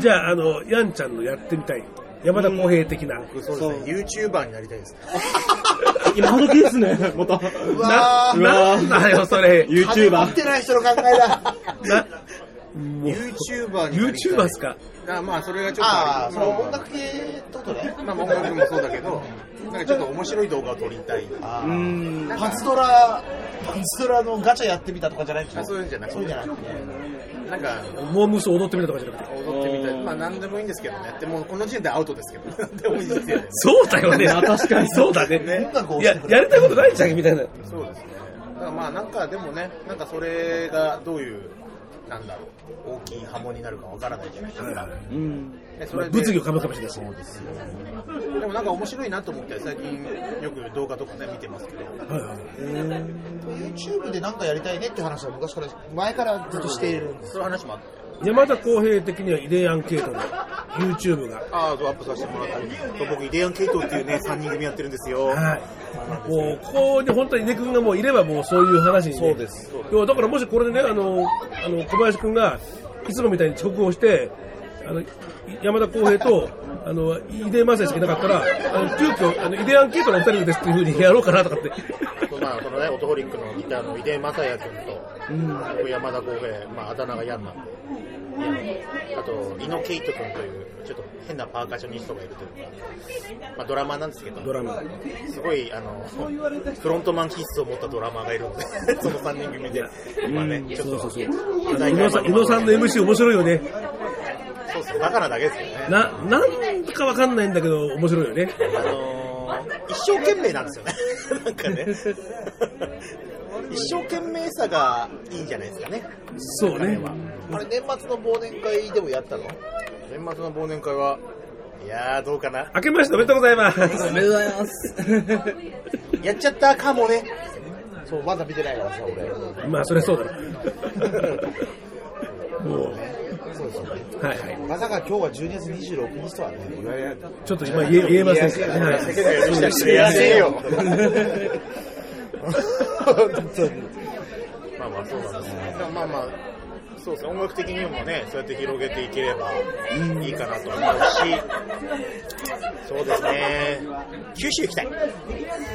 Speaker 3: じゃあ、あの、ヤンちゃんのやってみたい。山田公平的な。
Speaker 5: そうですね。YouTuber になりたいですね。
Speaker 6: 今時ですね、また。
Speaker 4: うわー
Speaker 6: うわ
Speaker 3: なんだよ、それ。
Speaker 4: 金持っ
Speaker 6: YouTuber。
Speaker 4: てない人の考え だ。
Speaker 3: な、
Speaker 5: YouTuber になりたい。
Speaker 3: YouTuber っすか。
Speaker 5: あまあ、それがちょっと
Speaker 4: あ
Speaker 5: あ
Speaker 4: あ、
Speaker 5: り
Speaker 4: その音楽系ってことね。
Speaker 5: まあ、音楽もそうだけど、なんかちょっと面白い動画を撮りたい。
Speaker 4: あ
Speaker 6: う
Speaker 4: ー
Speaker 6: ん。
Speaker 4: パズドラ、パズドラのガチャやってみたとかじゃないでしょ
Speaker 5: あそういうんじゃなくて
Speaker 4: そういうんじゃなくて。
Speaker 5: なんか、
Speaker 3: モームス踊ってみたとかじゃなくて。
Speaker 5: 踊ってみたい。まあ、なんでもいいんですけどね。でも、この時点でアウトですけど。 なんでもいいですよね。
Speaker 3: そうだよね。
Speaker 6: まあ確かに
Speaker 3: そうだね
Speaker 4: 音。楽を
Speaker 3: い
Speaker 4: し
Speaker 3: や
Speaker 4: てく、れ
Speaker 3: やりたいことないじゃん、みたいな。
Speaker 5: そうですね。だからまあ、なんかでもね、なんかそれがどういう、なんだろう、大きい波紋になるかわからないじゃないですか。
Speaker 6: うん。
Speaker 5: ねそれで
Speaker 3: 物議を噛むかもしれないし。はい
Speaker 5: でもなんか面白いなと思って、最近よく動画とかね、見てますけど。
Speaker 3: はい
Speaker 4: YouTube でなんかやりたいねって話は昔から、前からずっとしているんです。
Speaker 5: そういう話もあって。
Speaker 3: 山田公平的にはイレアン系統の YouTube が。
Speaker 5: ああ、そう、アップさせてもらったり。そう僕、イデアン・ケイトっていうね、3人組やってるんですよ。
Speaker 3: はい。もう、ここに本当に井出君がもういればもうそういう話に、ね。そうです。だからもしこれでね、あの、あの小林君がいつもみたいに遅刻をして、あの、い山田浩平と、あの、井出正しかいなかったら、あの、急遽、あの、井出アンケートのお二人ですっていうふうにやろうかなとかって。
Speaker 5: まあ、そのね、オトホリックのギターの井出正也君と、僕山田光平、まあ、あだ名がヤンなんで、あと、井野ケイト君という、ちょっと変なパーカッショニストがいるというか、まあ、ドラマーなんですけど、
Speaker 3: ドラマ。
Speaker 5: すごい、あの、フロントマン気質を持ったドラマーがいるので、 その3人組で、まあね、ちょっと、そうそう
Speaker 3: あの、井野さん、井野さんの MC 面白いよね。
Speaker 5: っすねバカなだけですよね。
Speaker 3: な、なんかわかんないんだけど、面白いよね。
Speaker 5: あのー一生懸命なんですよね。なんかね。一生懸命さがいいんじゃないですかね。
Speaker 3: そうね。
Speaker 4: あれ、年末の忘年会でもやったの
Speaker 5: 年末の忘年会は、いやー、どうかな。
Speaker 3: 明けましておめでとうございます。
Speaker 6: おめでとうございます。
Speaker 5: やっちゃったかもね。そう、まだ見てないからさ、俺。
Speaker 3: まあ、そりゃそうだろ。もう、
Speaker 5: そうですよね。
Speaker 3: はいはい。
Speaker 5: まさか今日は12月26日とはね、言われない。
Speaker 3: ちょっと今言え言えませんけどね。はい
Speaker 5: 知らねえよ。本当にまあまあそうなんですね。でもまあまあ、そうですね。音楽的にもね、そうやって広げていければいいかなと思うし、そうですね。九州行きたい。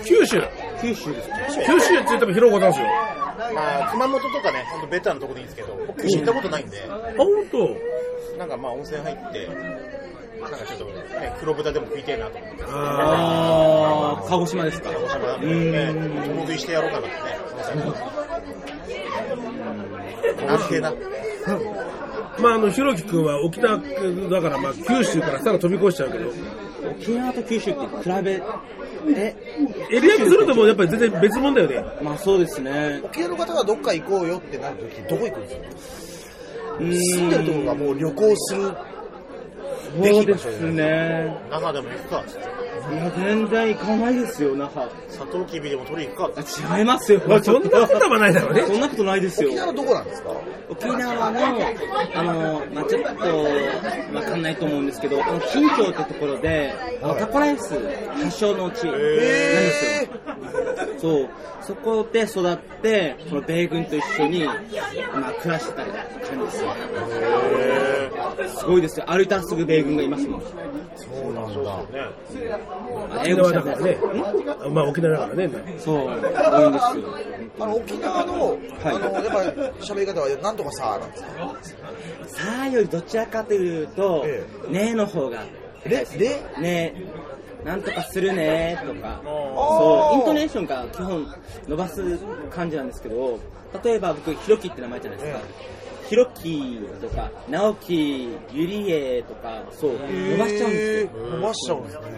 Speaker 3: 九州。
Speaker 5: 九州です。
Speaker 3: 九州って言っても広岡なんですよ。
Speaker 5: まあ、熊本とかね、ほんとベタなとこでいいんですけど、僕九州行ったことないんで、
Speaker 3: あ、ほんと。
Speaker 5: なんかまあ温泉入って、なんかちょっとね、黒豚でも食いたいなと思って。
Speaker 3: あ
Speaker 6: あー、鹿児島ですか。
Speaker 5: 鹿児島なんでね、共食いしてやろうかなってね、すいません。安定な。
Speaker 3: ーまあ、あの、ひろきくんは沖縄だから、まあ、九州からさら飛び越しちゃうけど、
Speaker 6: 沖縄と九州って比べて、
Speaker 3: エリアにするともうやっぱり全然別物だよね。
Speaker 6: まあそうですね。
Speaker 4: 沖縄の方がどっか行こうよってなるとき、どこ行くんですか
Speaker 6: 住
Speaker 4: 住んでるところがもう旅行する。
Speaker 6: そうですね。
Speaker 5: 那覇でも行くか、つって
Speaker 6: いや、全然行かないですよ、那覇。
Speaker 5: サトウキビでも取りに行くか。
Speaker 6: あ違います よ。
Speaker 3: まあ、そんなことはないだろうね。
Speaker 6: そんなことないですよ
Speaker 4: 沖。縄どこなんですか
Speaker 6: 沖縄の、あの、まあちょっと、わかんないと思うんですけど、あの、近京ってところで、あのタコライス発祥の地なんですよ。そう。そこで育って、この米軍と一緒に、まあ暮らしてたりって感じですよ。すごいですよ。歩いたらすぐ米軍がいますもん。
Speaker 5: そうなんだ。ね。
Speaker 6: あ
Speaker 3: 沖
Speaker 6: 英語
Speaker 3: 縄
Speaker 6: しゃ
Speaker 3: だか
Speaker 6: べ
Speaker 3: ら
Speaker 6: る
Speaker 3: ね。まあ、沖縄だからね。
Speaker 6: そう。多いんですよ。
Speaker 4: あの、沖縄の、あの、やっぱり喋り方は、なんとかさ、なんですか
Speaker 6: さあよりどちらかというと、
Speaker 4: え
Speaker 6: ねえの方が、
Speaker 4: で、で、
Speaker 6: ねえ、なんとかするねえとか、
Speaker 4: あ
Speaker 6: そう、
Speaker 4: ー
Speaker 6: イントネーションが基本伸ばす感じなんですけど、例えば僕、ひろきって名前じゃないですか。ひろきとか、なおき、ゆりえとか、そう、伸ばしちゃうんですよ。
Speaker 4: 伸ばしちゃうんですね。
Speaker 6: はい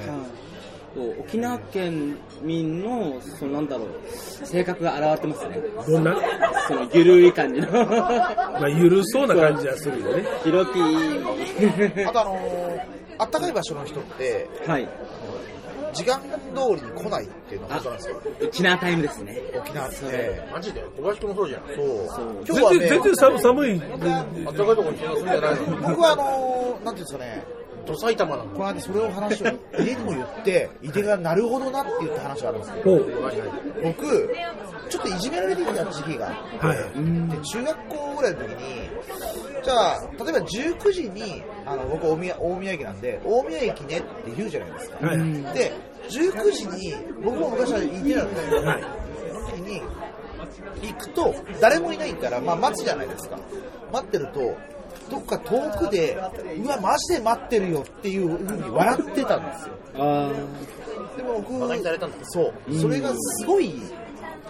Speaker 6: そう沖縄県民の、そのなんだろう、性格が現れてますね。
Speaker 3: どんな
Speaker 6: そのゆるい感 じの。
Speaker 3: まあ、ゆるそうな感じはするよね。
Speaker 6: ひろき。
Speaker 4: あとあのー、あったかい場所の人って、
Speaker 6: はい。
Speaker 4: 時間通りに来ないっていうのは本当なんですよ。
Speaker 6: 沖縄タイムですね。
Speaker 4: 沖縄って。
Speaker 5: マジで小林君もそうじゃん。
Speaker 4: そう。
Speaker 6: う
Speaker 4: 今日は
Speaker 3: 全然、全
Speaker 4: ね、
Speaker 3: 然寒寒い。
Speaker 5: あったかいとこに行くんじゃないの
Speaker 4: 僕はあのー、なんていうんですかね、
Speaker 5: ど埼玉なの。
Speaker 4: この間それを話を家にも言って、井手がなるほどなって言った話があるんですけど、
Speaker 3: ほう。
Speaker 5: マジで。
Speaker 4: 僕、ちょっといじめられてきた時期があって、
Speaker 3: はい。
Speaker 4: で中学校ぐらいの時に、じゃあ、例えば19時に、あの僕大宮、大宮駅なんで、大宮駅ねって言うじゃないですか。
Speaker 3: はい。
Speaker 4: で、19時に、僕も昔は行ってたんですけど、
Speaker 3: はい。
Speaker 4: その時に、行くと、誰もいないから、まあ待つじゃないですか。待ってると、どっか遠くで、うわ、マジで待ってるよっていうふうに笑ってたんですよ。
Speaker 6: あ
Speaker 4: でも僕、
Speaker 5: 馬鹿にされたんだ
Speaker 4: そう、それがすごい、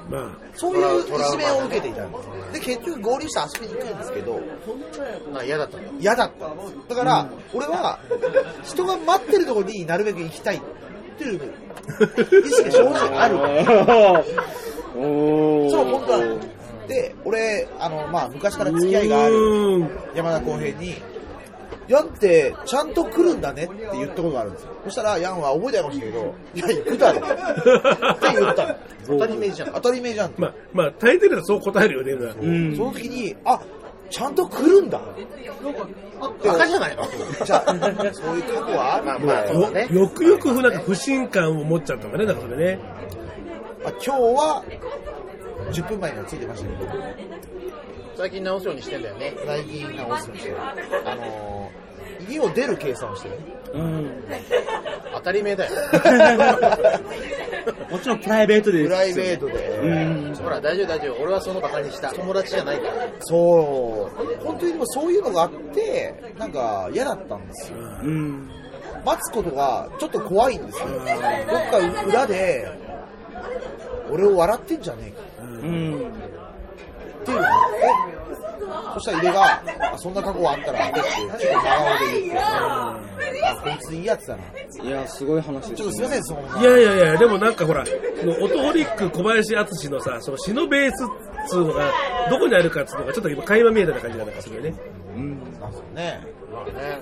Speaker 3: ま
Speaker 4: そういういじめを受けていたんです。で、結局合流して遊びに行くんですけど、
Speaker 5: あ嫌だったんだ。
Speaker 4: 嫌だったんです。だから、俺は、人が待ってるところになるべく行きたいっていう意識が正直ある。
Speaker 6: あ。お
Speaker 4: そう、本当は。で、俺、あの、まあ、昔から付き合いがある山田康平に、ヤンってちゃんと来るんだねって言ったことがあるんですよ。そしたら、ヤンは覚えてやりましたけど、いや、行くだろ。って言ったの。当たり前じゃん。当たり前じゃんって。
Speaker 3: あ、まあ、まあ、大抵でそう答えるよね。今
Speaker 6: うん。
Speaker 4: その時に、あ、ちゃんと来るんだ。
Speaker 5: バカじゃないの
Speaker 4: じゃあ、そういう過去はある
Speaker 5: まあまあ、そうだね。
Speaker 3: よよくよくなんか不信感を持っちゃったんだね、だからね。
Speaker 4: まあ今日は、10分前にはついてましたけど、
Speaker 5: 最近直すようにしてんだよね。
Speaker 4: 最近直すんですよ。あのー、家を出る計算をしてる。
Speaker 6: うん。
Speaker 5: 当たり前だよ。
Speaker 6: もちろんプライベートで
Speaker 4: プ
Speaker 6: す。
Speaker 4: ライベートで。
Speaker 6: うん。
Speaker 5: ほら、大丈夫大丈夫。俺はそのバカにした。友達じゃないから。
Speaker 4: そう。本当にでもそういうのがあって、なんか嫌だったんですよ。
Speaker 6: うん。
Speaker 4: 待つことがちょっと怖いんですよ。どっか裏で、俺を笑ってんじゃねえか
Speaker 6: うん。
Speaker 4: っていうのがあそしたら井出が、あそんな過去があったら、って、ちょっと長尾で言って、あ、こいついいやつだな。
Speaker 6: いや、すごい話で
Speaker 4: ちょっとす
Speaker 6: す
Speaker 4: い
Speaker 6: ね。
Speaker 4: ません、そのまま
Speaker 3: いやいやいや、でもなんかほら、そのオトホリック小林敦のさ、その詩のベースっつうのが、どこにあるかっつうのが、ちょっと今、垣間見えたような感じがなんかするよね。
Speaker 8: ねまあね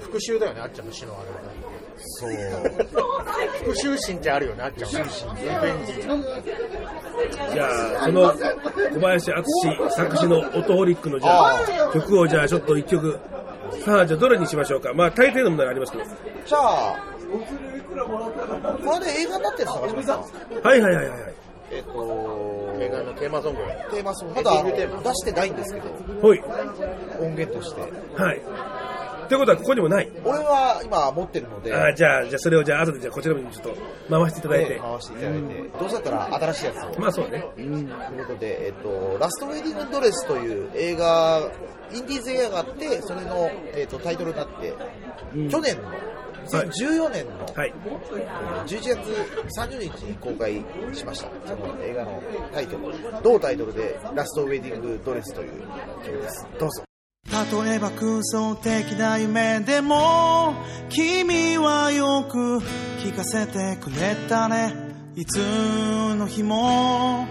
Speaker 8: 復讐だよねあっちゃんの死のあれはねそう復讐心ってあるよねあっちゃんのリベンジ
Speaker 3: じゃあ、その小林敦作詞のオトホリックのじゃあ、曲をじゃあちょっと一曲、さあじゃあどれにしましょうか。まあ大抵のものがありますけど。
Speaker 4: じゃあ、これで映画になってるんですか、
Speaker 3: はいはいはいはい。
Speaker 4: えっと、
Speaker 8: 映画のテーマソング
Speaker 4: テーマソング、まだあの出してないんですけど、
Speaker 3: ほい。
Speaker 4: 音源として。
Speaker 3: はい。ってことはここにもない。
Speaker 4: 俺は今持ってるので、
Speaker 3: あーじゃあ、じゃあそれをじゃあ後でじゃあこちらにちょっと回していただい
Speaker 4: ね
Speaker 3: て。
Speaker 4: 回していただいて、どうせだったら新しいやつを。
Speaker 3: まあそうね。
Speaker 4: ということで、えっと、ラストウェディングドレスという映画、インディーズ映画があって、それの、えっと、タイトルになって、去年の、2014年の、
Speaker 3: はい。
Speaker 4: 11月30日に公開しました、その映画のタイトル、同タイトルで、ラストウェディングドレスという曲です。どうぞ。
Speaker 9: 例えば空想的な夢でも君はよく聞かせてくれたねいつの日も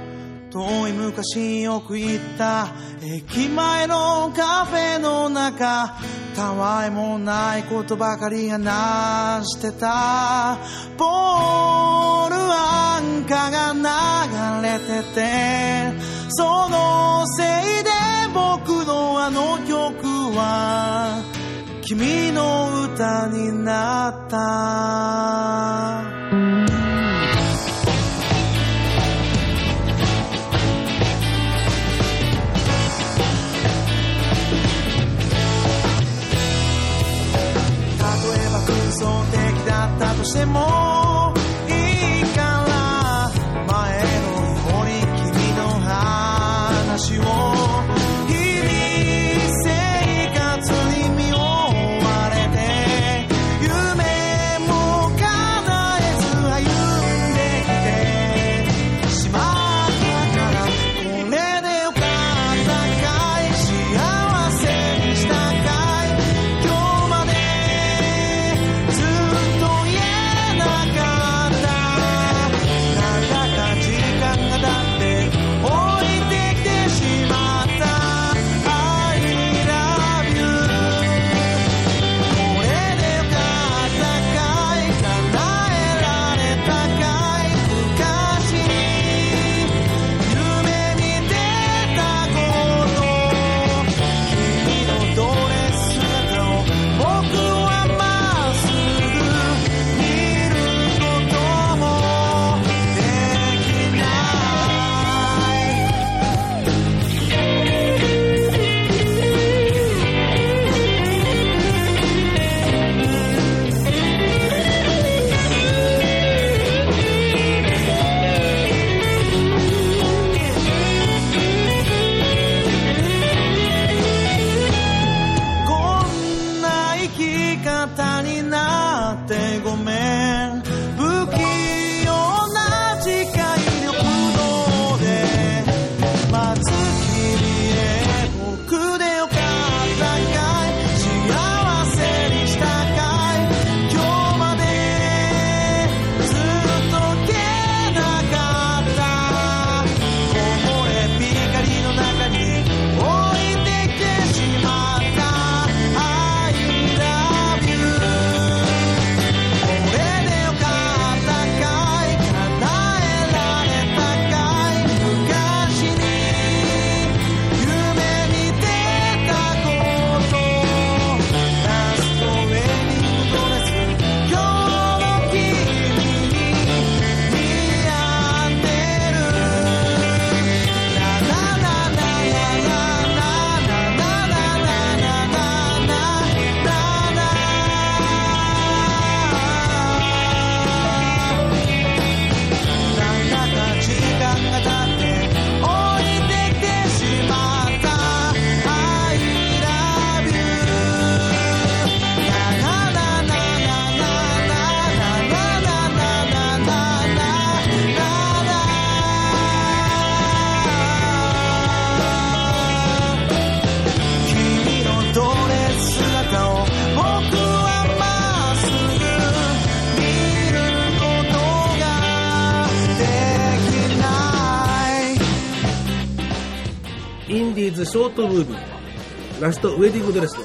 Speaker 9: 遠い昔よく行った駅前のカフェの中たわいもないことばかり話してたボールアンカが流れててそのせいで僕のあの曲は君の歌になった例えば空想的だったとしてもいいから前の方に君の話を日々生活に身を追われて夢も叶え
Speaker 3: ンディーズショートムービー、ラストウェディングドレスの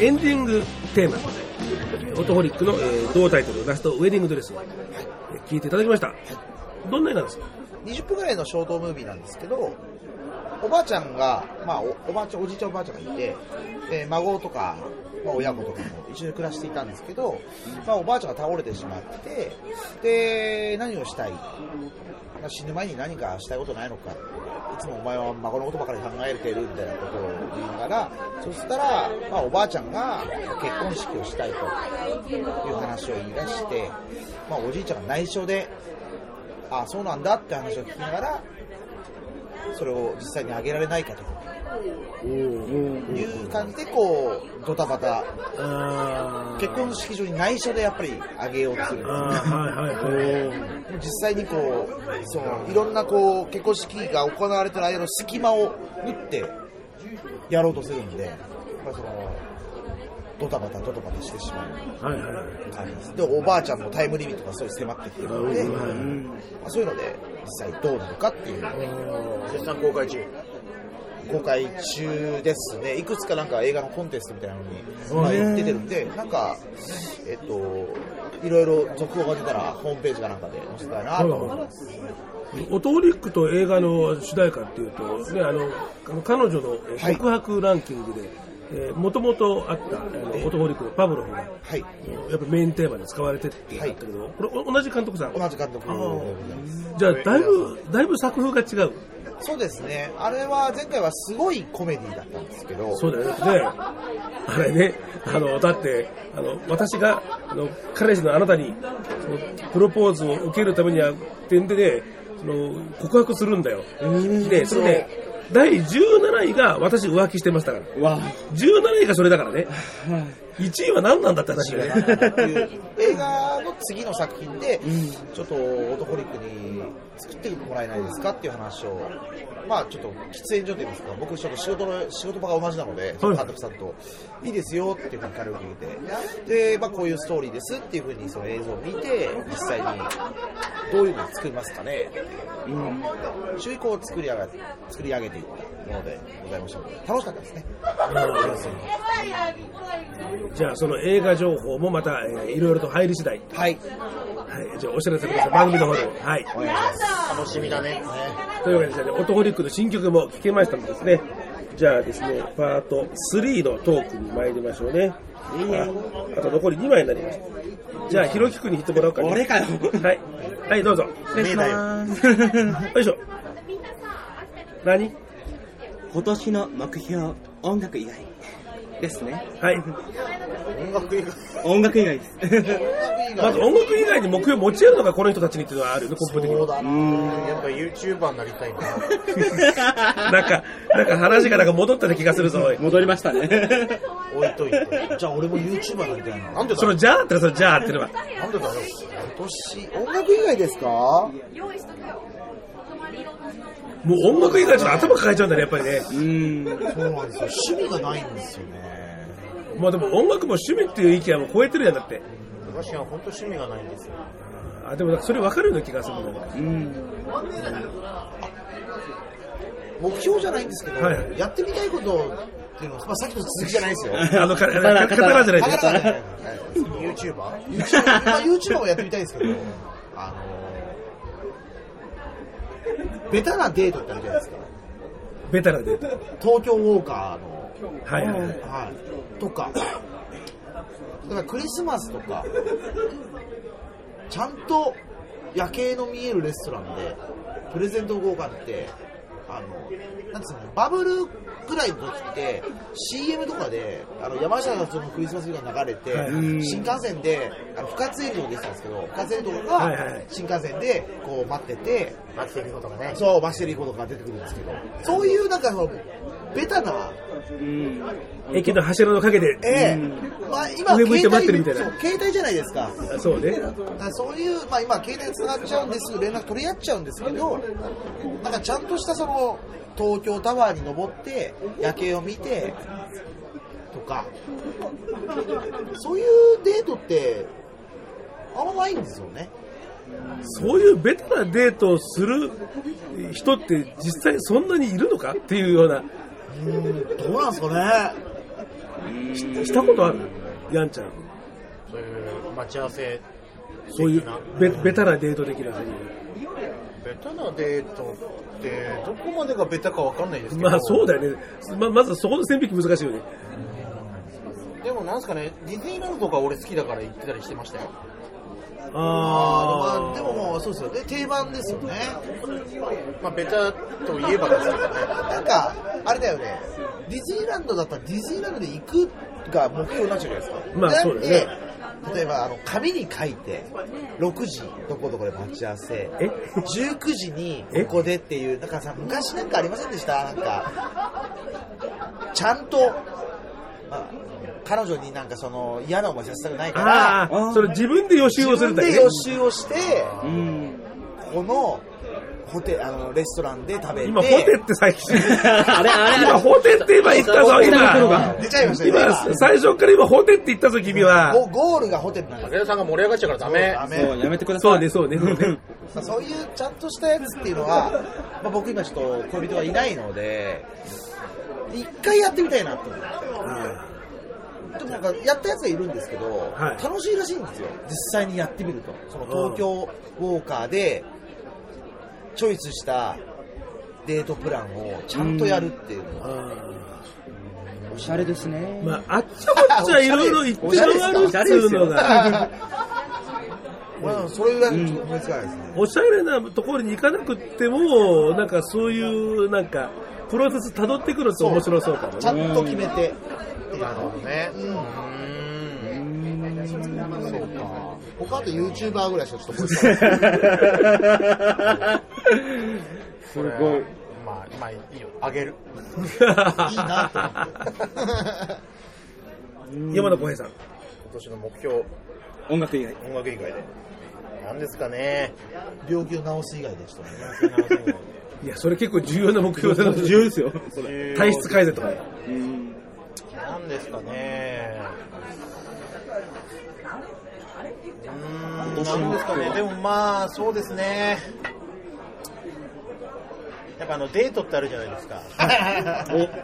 Speaker 3: エンディングテーマ、オトホリックの、えー同タイトル、ラストウェディングドレスを聞いていただきました。どんな映画ですか
Speaker 4: 20分ぐらいのショートムービーなんですけど、おばあちゃんが、まあ、おおばあちゃん、おじいちゃんおばあちゃんがいて、で孫とか、まあ、親子とかも一緒に暮らしていたんですけど、まあ、おばあちゃんが倒れてしまって、で、何をしたい、まあ、死ぬ前に何かしたいことないのか、いつもお前は孫のことばかり考えてるみたいなことを言いながら、そしたら、まあ、おばあちゃんが結婚式をしたいという話を言い出して、まあ、おじいちゃんが内緒で、あそうなんだって話を聞きながらそれを実際にあげられないかという感じでこうドタバタ結婚式場に内緒でやっぱりあげようとするんですね
Speaker 3: はいはいはい。
Speaker 4: 実際にこうそのいろんなこう結婚式が行われてる間の隙間を縫ってやろうとするんでやっぱりそのドタバタドタバタしてしまう
Speaker 3: はいはいはい。
Speaker 4: 感じですでおばあちゃんのタイムリミットがそういう迫ってきてるので、まあそういうので実際どうなのかっていう
Speaker 5: 絶賛公開中。
Speaker 4: 公開中ですね、いくつかなんか映画のコンテストみたいなのに、まあ、出てるんで、なんか、えっと、いろいろ続報が出たら、ホームページかなんかで載せたいなと思います。
Speaker 3: オトーリックと映画の主題歌っていうと、ね、あの彼女のえ
Speaker 4: はい
Speaker 3: ー告白ランキングで、もともとあったあのオトーリックのパブロフが、
Speaker 4: はい、
Speaker 3: やっぱメインテーマに使われてってなったけど、これお同じ監督さん。
Speaker 4: 同じ監督でございます。
Speaker 3: じゃあ、だいぶ、だいぶ作風が違う。
Speaker 4: そうですね、あれは前回はすごいコメディだったんですけど、
Speaker 3: そうだよね。あれね、あの、だって、あの、私が、あの、彼氏のあなたに、そのプロポーズを受けるためには、点でね、その、告白するんだよ。で、それで、第17位が私浮気してましたから。
Speaker 6: わ
Speaker 3: 17位がそれだからね。1位は何なんだって話 ね。
Speaker 4: 映画の次の作品で、ちょっとオトホリックに作ってもらえないですかっていう話を、まあちょっと喫煙所といいますか、僕ちょっと仕事の、仕事場が同じなので、
Speaker 3: はい
Speaker 4: 監督さんと、いいですよっていうふうに彼を聞いて、で、まあこういうストーリーですっていうふうにその映像を見て、実際にどういうのを作りますかねっていう、注意項を作り上げ、作り上げていったものでございましたので、楽しかったですね。
Speaker 3: じゃあ、その映画情報もまた、えーいろいろと入り次第。
Speaker 4: はい、
Speaker 3: はい。じゃあ、お知らせください。番組の方でも。はい。
Speaker 4: お願いします。
Speaker 5: 楽しみだね。
Speaker 3: というわけでですね、オトホリックの新曲も聴けましたのでですね、じゃあですね、パート3のトークに参りましょうね。ああと残り2枚になりました。じゃあ、ひろきくんに弾いてもらおうかね。
Speaker 6: 俺かよ
Speaker 3: はい。はい、どうぞ。
Speaker 5: ねえだよ。
Speaker 3: よいしょ。何
Speaker 6: 今年の目標、音楽以外ですね。
Speaker 3: はい。
Speaker 5: 音楽以外
Speaker 6: 音楽以外です。
Speaker 3: まず音楽以外に目標を持ち得るのがこの人たちにっていうのはあるよね、根本的
Speaker 4: そう
Speaker 3: に。
Speaker 4: だな
Speaker 5: やっぱ YouTuber になりた いな。
Speaker 3: なんか、なんか話がなんか戻った気がするぞ、おい。
Speaker 6: 戻りましたね。
Speaker 5: 置いといて。
Speaker 4: じゃあ俺も YouTuber になりたいな。
Speaker 5: なんでだ
Speaker 3: そ
Speaker 5: ろ
Speaker 3: の
Speaker 5: う
Speaker 3: じゃあってのはそのじゃあってのは。
Speaker 5: なんでだろう
Speaker 4: 今年、音楽以外ですか
Speaker 3: もう音楽以外ちょっと頭抱えちゃうんだね、やっぱりね。
Speaker 6: うん。
Speaker 4: そうなんですよ。趣味がないんですよね。
Speaker 3: まあでも音楽も趣味っていう意見はもう超えてるやんだって。
Speaker 5: 私は本当趣味がないんですよ。
Speaker 3: あでもなんかそれ分かるような気がするの
Speaker 4: 目標じゃないんですけど、
Speaker 3: はいはい
Speaker 4: やってみたいことっていうのは、まあ、さっきの続きじゃないですよ。
Speaker 3: あの、から、から、からじゃない
Speaker 4: だ
Speaker 3: です
Speaker 4: か、
Speaker 3: から
Speaker 4: YouTuber? まあ YouTuber もやってみたいですけど、あの、ベタなデートってあるじゃないですか。
Speaker 3: ベタなデート。
Speaker 4: 東京ウォーカーの、
Speaker 3: はいはいはい。
Speaker 4: はい、とか、だからクリスマスとか、ちゃんと夜景の見えるレストランで、プレゼント交換って、あの、なんつうの、バブルくらいの時って、CM とかで、あの、山下達郎のクリスマスが流れて、
Speaker 3: はい
Speaker 4: 新幹線で、あの、深津エリを出てたんですけど、深津エリとか
Speaker 3: はいはいは
Speaker 4: が
Speaker 3: い、
Speaker 4: 新幹線で、こう待ってて、
Speaker 5: 待ってることがね。
Speaker 4: そう、マシェリーことか出てくるんですけど、そういうなんかその、ベタな
Speaker 6: うん。
Speaker 3: 駅の柱の陰で。
Speaker 4: ええまあ今
Speaker 3: 上向いて待ってるみたいな
Speaker 4: 携帯そう携帯じゃないですか。
Speaker 3: あそうね。
Speaker 4: だからそういう、まあ今携帯繋がっちゃうんです、連絡取り合っちゃうんですけど、なんかちゃんとしたその、東京タワーに登って、夜景を見て、とか、そういうデートって、あんまないんですよね。
Speaker 3: そういうベタなデートをする人って実際そんなにいるのかっていうような
Speaker 4: うんどうなんですかね
Speaker 3: したことあるやんちゃん。
Speaker 5: そういう待ち合わせ
Speaker 3: そういう
Speaker 5: 的な、
Speaker 3: べ、ベタなデート的な感
Speaker 5: ベタなデートってどこまでがベタかわかんないです
Speaker 3: じ。
Speaker 5: けど
Speaker 3: まあそうだよね。ま、まずそこの線引き難しいよね。
Speaker 5: でもなんですかねディズニーランドとか俺好きだから行ってたりしてましたよ
Speaker 4: あーま
Speaker 3: あ
Speaker 4: あでももうそうですよね定番ですよね
Speaker 5: まあベタといえばですけどね
Speaker 4: なんかあれだよねディズニーランドだったらディズニーランドで行くが目標になっちゃうじゃないですか
Speaker 3: まあ
Speaker 4: なん
Speaker 3: そうだよ
Speaker 4: で例えばあの紙に書いて6時どこどこで待ち合わせ
Speaker 3: え
Speaker 4: 19時に
Speaker 3: え
Speaker 4: ここでっていうなんかさ昔なんかありませんでしたなんかちゃんと、まあ彼女になんかその嫌な思いさせたくないから
Speaker 3: あー、それ自分で予習をする
Speaker 4: 自分
Speaker 3: んだ
Speaker 4: で
Speaker 3: よ
Speaker 4: 予
Speaker 3: ね。
Speaker 4: 習をして
Speaker 6: うん。
Speaker 4: このホテあのレストランで食べて
Speaker 3: 今、ホテって最近。
Speaker 6: あれあれ
Speaker 3: 今、ホテって今言ったぞ、今。
Speaker 4: 出ちゃいましたよね
Speaker 3: 今、最初から今、ホテって言ったぞ、君は。
Speaker 4: ゴゴールがホテルなんです
Speaker 5: 武田さんが盛り上がっちゃうからダメ
Speaker 4: ダ
Speaker 6: そ
Speaker 4: メ
Speaker 6: う、やめてください。
Speaker 3: そうね、そうね、そうね。
Speaker 4: まあそういうちゃんとしたやつっていうのは、まあ、僕今ちょっと恋人はいないので一回やってみたいなと思ってでもなんかやったやつがいるんですけど、
Speaker 3: はい
Speaker 4: 楽しいらしいんですよ実際にやってみるとその東京ウォーカーでチョイスしたデートプランをちゃんとやるっていうのは
Speaker 6: おしゃれですね。
Speaker 3: まあ、あっちゃこっちゃいろいろ言って回るっていうのが、
Speaker 4: まあ、それぐらいのちょっと思いつかないですね。
Speaker 3: おしゃれなところに行かなくっても、なんかそういう、なんか、プロセス辿ってくると面白そうかも
Speaker 4: ちゃ
Speaker 3: ね。
Speaker 4: んと決めて。
Speaker 5: なるほどねうーんそうか他あと YouTuber ぐらいしかちょっと思いつかない
Speaker 6: すごい。
Speaker 5: まあまあいいよあげる
Speaker 4: いいなと思って。
Speaker 3: 山田浩平さん。
Speaker 5: 今年の目標
Speaker 6: 音楽以外。
Speaker 5: 音楽以外で何ですかね
Speaker 4: 病気を治す以外でしたね。
Speaker 3: いや、それ結構重要な目標だ な
Speaker 6: 重要ですよ。
Speaker 3: 体質改善とか。
Speaker 6: うん。
Speaker 5: 何ですかねうーん何ですかねでもまあそうですねやっぱあのデートってあるじゃないですか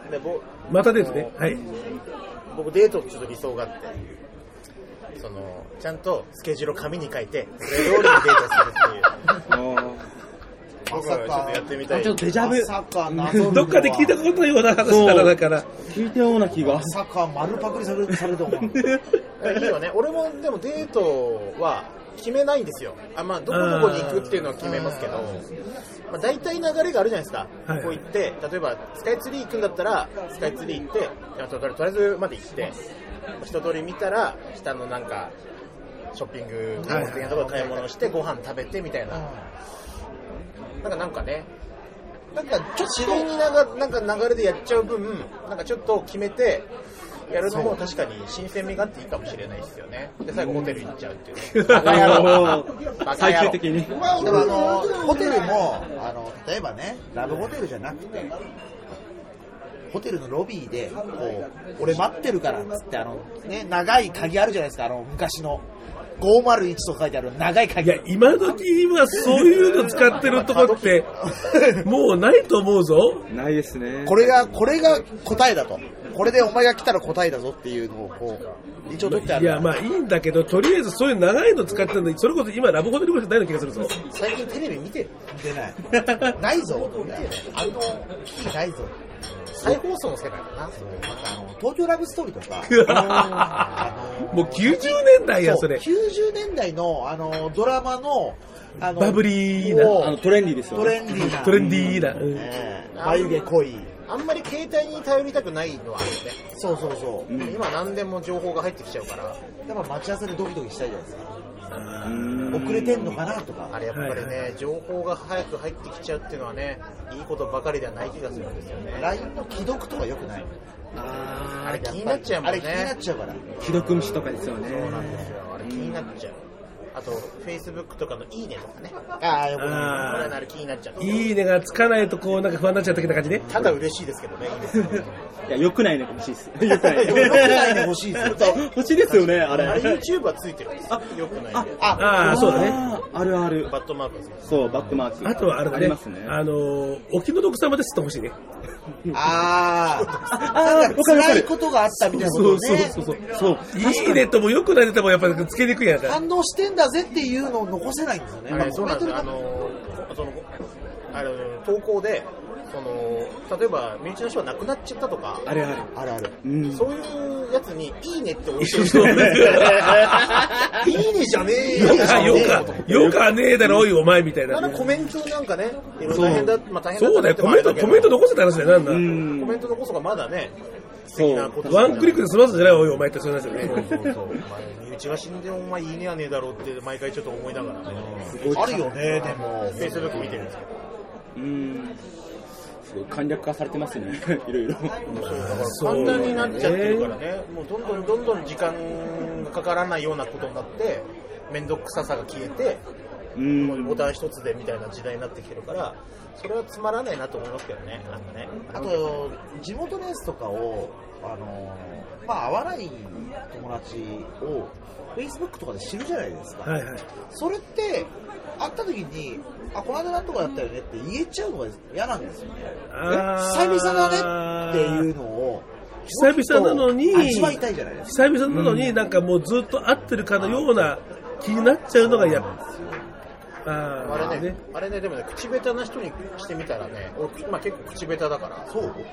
Speaker 5: でぼ
Speaker 3: またですね。はい。
Speaker 5: 僕デートちょっと理想があってそのちゃんとスケジュールを紙に書いてそれ通りにデートするっていう僕はちょっとやってみたい
Speaker 6: ちょっとデジャブ
Speaker 4: ま。さか謎の
Speaker 3: どっかで聞いたことのような話だな、だから。
Speaker 6: 聞いたような気が
Speaker 4: ま。さか丸パクリされるされると思う。
Speaker 5: いいよね俺もでもデートは決めないんですよあ、まあ、どこどこに行くっていうのは決めますけど、まあ、大体流れがあるじゃないですか、
Speaker 3: はい
Speaker 5: ここ行って例えばスカイツリー行くんだったらスカイツリー行ってあととりあえずまで行って一通り見たら下のなんかショッピング的なところで買い物してご飯食べてみたいな、なんかなんかねなんかちょっと自然にながなんか流れでやっちゃう分なんかちょっと決めてやるのも確かに新鮮味があっていいかもしれないですよねで最後ホテル行っちゃうっていう バカ野郎バカ野郎
Speaker 6: 最終的に。
Speaker 4: まあ、でもあの、ホテルも、あの、例えばね、ラブホテルじゃなくて、ホテルのロビーで、こう、俺待ってるからっつって、あの、ね、長い鍵あるじゃないですか、あの、昔の。501と書いてある長い
Speaker 3: い
Speaker 4: 鍵
Speaker 3: や。、今時はそういうの使ってるとこって、もうないと思うぞ。
Speaker 6: ないですね。
Speaker 4: これが、これが答えだと。これでお前が来たら答えだぞっていうのを、こう、一応取ってあ
Speaker 3: い
Speaker 4: る。
Speaker 3: や、まあいいんだけど、とりあえずそういう長いの使ってるのに、それこそ今ラブホテルぐらいじゃないの気がするぞ。
Speaker 5: 最近テレビ見てる
Speaker 4: 出ない。ないぞ。あの、キーないぞ。
Speaker 5: 再放送の世界だな
Speaker 4: またあの、東京ラブストーリーとか、
Speaker 3: もう90年 代や、
Speaker 4: そ
Speaker 3: そうれ。
Speaker 4: 90年代の、あの、ドラマの、あの、
Speaker 3: バブリーな
Speaker 4: こう
Speaker 6: あの、トレンディーですよ。
Speaker 4: トレンディーな。
Speaker 3: トレンディーな。うん
Speaker 4: ええ眉毛濃い。
Speaker 5: あんまり携帯に頼りたくないのはあるよね
Speaker 4: そうそうそう。
Speaker 5: 今何でも情報が入ってきちゃうから
Speaker 4: やっぱ待ち合わせでドキドキしたいじゃないですか。
Speaker 6: うん
Speaker 4: 遅れてんのかなとか
Speaker 5: あ。れやっぱりね情報が早く入ってきちゃうっていうのはねいいことばかりではない気がするんですよね
Speaker 4: LINE の既読とか良くない
Speaker 5: あれ気になっちゃうもんね
Speaker 4: あれ気になっちゃ うから。
Speaker 6: 既読無視とかですよね。
Speaker 5: そうなんですよあれ気になっちゃうあと Facebook とかの「いいね」とかねこ
Speaker 4: ああ、よくない。
Speaker 3: あ
Speaker 5: れ
Speaker 3: ー
Speaker 5: なる気になっちゃう
Speaker 3: いいねがつかないと、こう、なんか不安になっちゃった的な感じね。
Speaker 5: ただ嬉しいですけどねいいですよ
Speaker 6: いや、良くないのが欲しいです。 良くない。
Speaker 4: 良くないの欲しいですよね
Speaker 6: 欲しいですよね、あ
Speaker 5: あれ
Speaker 6: れ。
Speaker 5: YouTube はついてるんですよよくないで
Speaker 4: あ、
Speaker 3: ああ、そうだね。
Speaker 6: ね。あるある。
Speaker 5: バットマークですね
Speaker 6: そう、バックマーク。
Speaker 3: あとはあれだ
Speaker 6: り
Speaker 3: ね
Speaker 6: ますね。。
Speaker 3: あのー、お気の毒さまですってほしいね。
Speaker 4: ああ、
Speaker 6: あ
Speaker 4: な
Speaker 6: ー
Speaker 4: んか辛いことがあったみたいなこ
Speaker 3: そ
Speaker 4: と
Speaker 3: うそう
Speaker 4: ね。
Speaker 3: そうそう。そう。いいねとも良くなれてもやっぱりつけにくいやん か。
Speaker 4: 感動してんだぜっていうのを残せないんですよね。
Speaker 5: あ
Speaker 4: まあ
Speaker 5: れそうなんですよあのそのあれ投稿でその例えば身内の人が亡くなっちゃったとか
Speaker 6: あれあれ。
Speaker 4: あるある。
Speaker 6: うん。
Speaker 5: そういうやつに「いいね」って押してる
Speaker 3: そ
Speaker 5: 人
Speaker 3: うですよ
Speaker 5: いいねじゃねえよ
Speaker 3: よか、よか、よかねえだろ、おい、お前みたい
Speaker 5: な
Speaker 3: な
Speaker 5: ら。コメントなんかね、いろいろ大変だ、まあ大変だ
Speaker 3: そうだよ、コメント、コメント
Speaker 5: の
Speaker 3: 残せた話だよ、な
Speaker 6: うん
Speaker 5: コ
Speaker 6: ん。
Speaker 5: メントのこそがまだね、
Speaker 6: そ
Speaker 5: 素敵な
Speaker 6: う
Speaker 5: こ。と
Speaker 3: だ。ワンクリックで済ますんじゃないおい、お前ってそうなんですよ
Speaker 5: そう
Speaker 3: ね。
Speaker 5: そうそう。お前身内が死んでもお前いいねやねえだろって毎回ちょっと思いながらね。
Speaker 6: ごい
Speaker 5: あるよね、でも、フェイスブック見てるんですけど。
Speaker 6: うん。すごい簡略化されてますね。 いろいろ。
Speaker 5: 簡単になっちゃってるからね、もうどんどんどんどん時間がかからないようなことになって、面倒くささが消えて、
Speaker 6: う。
Speaker 5: もうんボタン一つでみたいな時代になってきてるから、それはつまらないなと思いますけどね、なんかね。
Speaker 4: あと、地元のやつとかを、あのー、まあ、合わない友達を、Facebook とかで知るじゃないですか。
Speaker 3: はいはい。
Speaker 4: それって、会った時に、あ、この間なんとかやったよねって言えちゃうのが嫌なんですよね。え久々だねっていうのを、
Speaker 3: 久々なのに
Speaker 4: 味わいたいじゃないですか。
Speaker 3: 久々なのに、なんかもうずっと会ってるかのような気になっちゃうのが嫌。
Speaker 5: あ
Speaker 3: ああ、
Speaker 5: れね
Speaker 3: ね。、
Speaker 5: あれね、でもね、口下手な人にしてみたらね、俺、口まあ、結構口下手だから、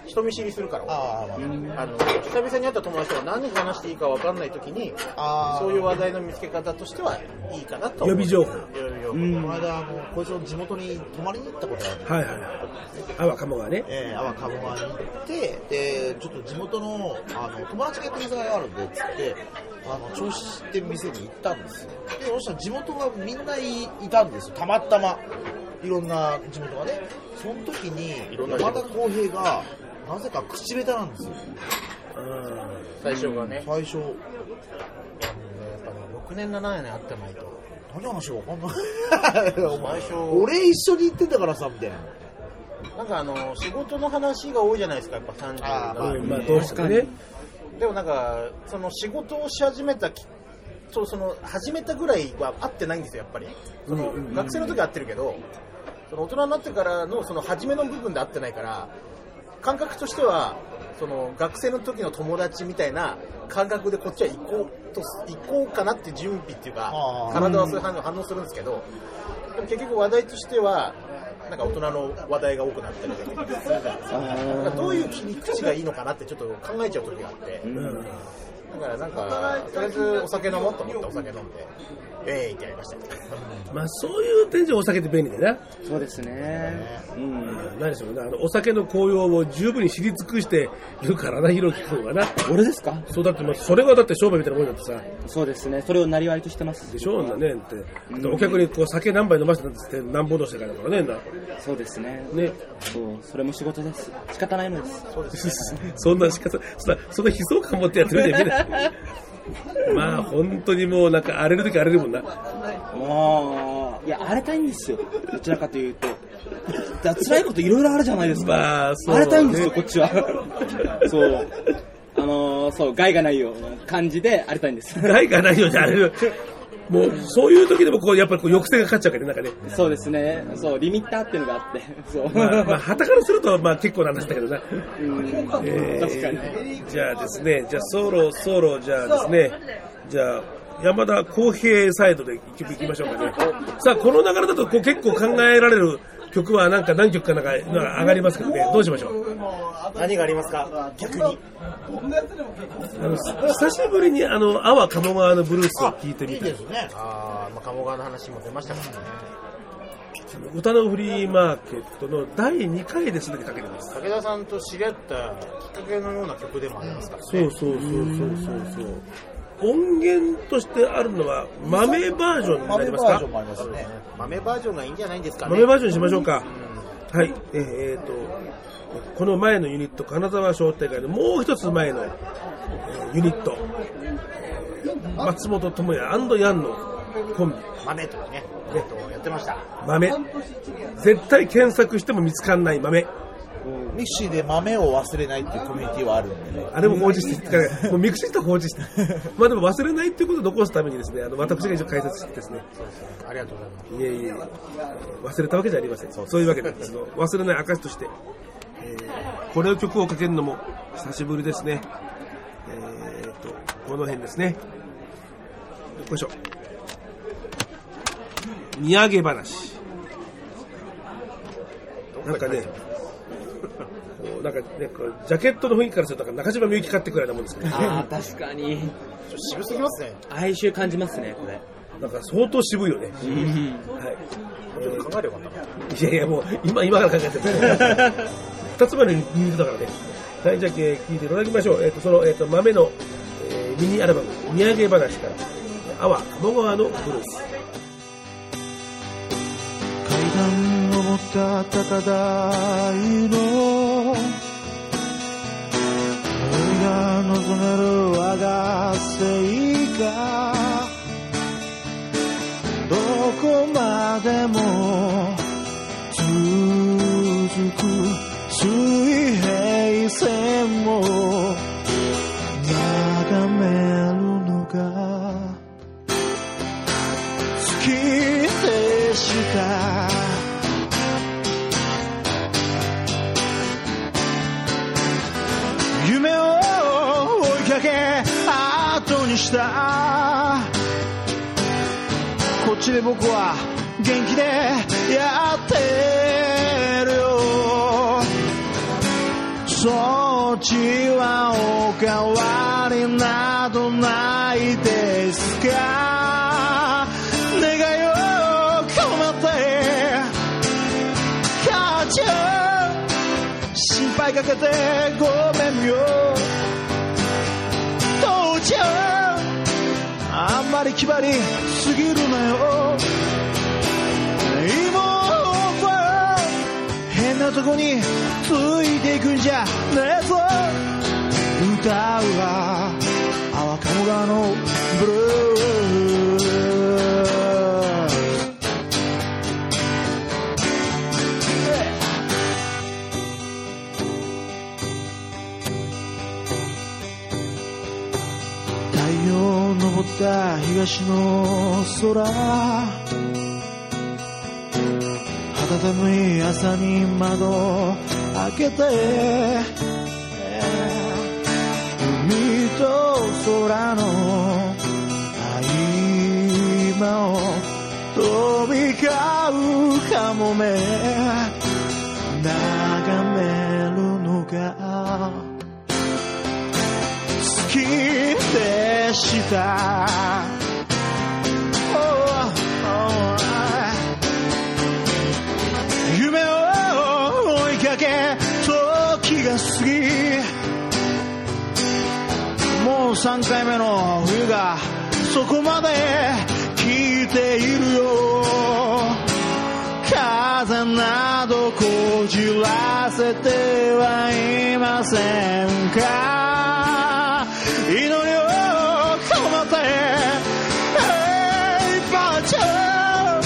Speaker 5: 人見知りするから、俺
Speaker 4: あー
Speaker 5: あの、久々に会った友達とか何話していいか分かんないときに、
Speaker 4: あー
Speaker 5: そういう話題の見つけ方としてはいいかなと思う。
Speaker 3: 予備情報
Speaker 5: 予備情報。
Speaker 4: この間、あの、こいつの地元に泊まりに行ったことがあるんですよ
Speaker 3: はいはいはい。あわかもがね。
Speaker 4: えー、阿波鴨川に行って、で、ちょっと地元の、あの、友達がやってる居酒屋があるんで、つって、あの、銚子って店に行ったんですよ。で、そしたら地元がみんないいたんですよ。たまたま。いろんな地元がね。その時に、
Speaker 5: いろんな地
Speaker 4: 山
Speaker 5: 元
Speaker 4: 田浩平が、なぜか口下手なんですよ。
Speaker 3: うん
Speaker 5: 最初がね、
Speaker 4: 最初、
Speaker 5: やっぱね、6年、7年会ってないと。
Speaker 4: 何話かわかんない。お前
Speaker 5: 最初、
Speaker 4: 俺一緒に行ってたからさ、みたいな。
Speaker 5: なんかあの、仕事の話が多いじゃないですか、やっぱ30
Speaker 4: あーま
Speaker 3: ま
Speaker 4: あ
Speaker 3: あ、どうしてもね。
Speaker 5: でもなんか、その仕事をし始めたき、そうその始めたぐらいは会ってないんですよ、やっぱり。その
Speaker 3: うんうん
Speaker 5: 学生の時は会ってるけど、その大人になってからのその初めの部分で会ってないから、感覚としては、その学生の時の友達みたいな感覚でこっちは行こうとす、行こうかなって準備っていうか
Speaker 4: あ、ー
Speaker 5: 体はそういう反応反応するんですけど、でも結局話題としては、なんか大人の話題が多くなったりとか、なんかどういう切り口がいいのかなってちょっと考えちゃう時があって。
Speaker 3: うん
Speaker 5: だからなんか、とりあえずお酒飲もうと思ってお酒飲んで、えーいってやりました。
Speaker 3: まあ、そういう点でお酒って便利だよな。
Speaker 6: そうですね。うん。
Speaker 3: 何でしょうね、あのお酒の効用を十分に知り尽くしているからな、ひろき君はな。
Speaker 6: 俺ですか
Speaker 3: そうだって、まあ、それがだって商売みたいなもんだってさ、
Speaker 6: そうですね。それをなりわいとしてます
Speaker 3: で。しょ、あんなねって。だってお客にこう酒何杯飲ませたんですって、なんぼどしてからだからね、な
Speaker 6: そうですね。
Speaker 3: ね。
Speaker 6: そう、それも仕事です。仕方ないのです。
Speaker 5: そうですね。
Speaker 3: そんなしかさ、そんな、そんな悲壮感持ってやってるんじゃいけない。まあ、本当にもうなんか荒れる時荒れるもんな。
Speaker 6: もう、いや、荒れたいんですよ。どちらかというと。だ辛いこといろいろあるじゃないですか。
Speaker 3: まあそう
Speaker 6: 荒れたいんですよ、こっちは。そう。あのー、そう、害がないような感じで荒れたいんです。
Speaker 3: 害がないように荒れる。もう、そういう時でもこう、やっぱりこう抑制がかかっちゃうからね、なんかね。
Speaker 6: そうですね。そう、リミッターっていうのがあって。そう。
Speaker 3: まあ、まあ、旗からすると、まあ結構な話だけどな。
Speaker 6: うん、
Speaker 3: えー
Speaker 6: 確かに。
Speaker 3: じゃあですね、じゃあ、ソロ、ソロ、じゃあですね、じゃあ、山田公平サイドで行きましょうかね。さあ、この流れだとこう結構考えられる曲はなんか何曲かなんかなんか上がりますけどね、どうしましょう。
Speaker 5: 何がありますか逆に。
Speaker 3: あの久しぶりにあの、阿波鴨川のブルースを聴いてみたい。
Speaker 5: ね。あー、まあ、鴨川の話も出ましたからね。
Speaker 3: 歌のフリーマーケットの第2回ですでかけてます。
Speaker 5: 武田さんと知り合ったきっかけのような曲でもありますから
Speaker 3: そうそうそうそうそうそう。音源としてあるのは豆バージョンになり
Speaker 4: 豆
Speaker 3: ま
Speaker 4: バ
Speaker 3: す
Speaker 4: ー
Speaker 3: か
Speaker 4: ジョンもありますね。
Speaker 5: 豆バージョンがいいんじゃないんですかね。
Speaker 3: 豆バージョンにしましょうか。はい。えーえーと、この前のユニット、金沢商店街のもう一つ前の、えーユニット、えー松本智也ヤンのコンビ、
Speaker 5: 豆とかね、えっと、やってました。
Speaker 3: 豆。絶対検索しても見つかんない豆。
Speaker 4: ミクシーで豆を忘れないっていうコミュニティはあるんでね。
Speaker 3: あれも放置して、もうミクシーと放置して。まあでも忘れないっていうことを残すためにですね、あの、私が一応解説してですね、
Speaker 5: ありがとうございます。
Speaker 3: いえいえ、忘れたわけじゃありません。そういうわけで、その忘れない証として、えーこれを曲をかけるのも久しぶりですね。えーっと、この辺ですね。よっこいしょ。土産話。なんかね、こうなんかね、こうジャケットの雰囲気からすると、なんか中島みゆき買ってくらいなもんですけど、
Speaker 6: ああ、確かに。
Speaker 5: ちょっと渋すぎますね。
Speaker 6: 哀愁感じますね、これ。
Speaker 3: なんか相当渋いよね。
Speaker 6: うん。
Speaker 3: はい。
Speaker 5: ちょっと考えればよかったない
Speaker 3: やいや、もう、今、今から考えてる。二つ目の理由だからね。はい、じゃあ、えー聞いていただきましょう。えっ、と、その、えっ、と、豆の、えーミニアルバム、土産話から、阿波鴨川のブルース。
Speaker 9: 階段を持った高台の思いが望める我が生がどこまでも続く水平線を眺めるのが好きでした夢を追いかけ後にしたこっちで僕は元気でやってるよそっちはおかわりなどないですか願いを込めて母ちゃん心配かけてごめんよ父ちゃんあんまり気張りすぎるなよ妹変なとこについていくんじゃねえぞ歌うは淡鴨川のブルース太陽昇った東の空肌寒い朝に窓開けて海と空の合間を飛び交うかもめ眺めるのが好きでした。Oh, oh, I- 夢を追いかけ時が過ぎもう3回目の冬がそこまで来ているよ風などこじらせてはいませんか祈りを込めて Hey ばあちゃん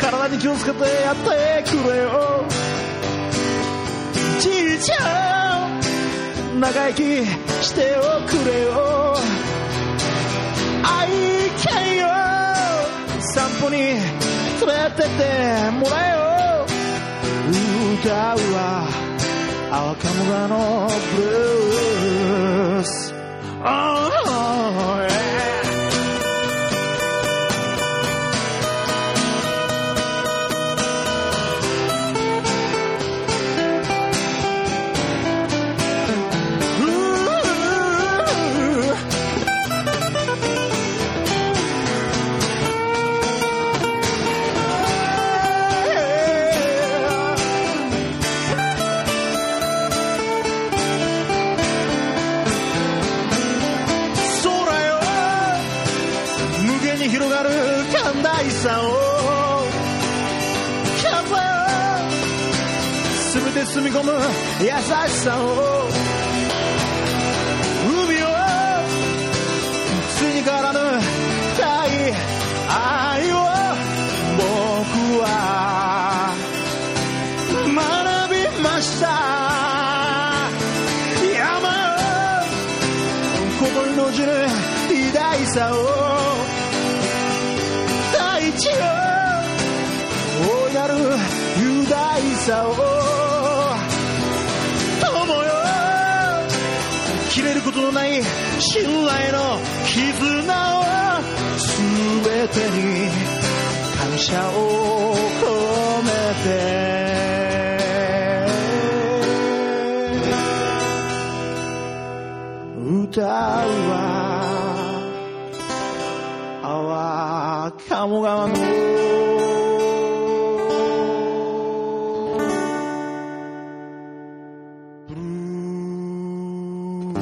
Speaker 9: 体に気をつけてやってくれよじいちゃん長生きしておくれよ愛犬よ散歩に連れてってもらえよ歌うは青鴨川のブルース Oh, yeah. 空よ無限に広がる寛大さ を風よ全て包み込む優しさを海をついに変わらぬ深い愛を僕は学びました山をこにのじる偉大さを大地を大いなる雄大さを切れることのない信頼の絆を全てに感謝を込めて歌うは阿波鴨川のブルー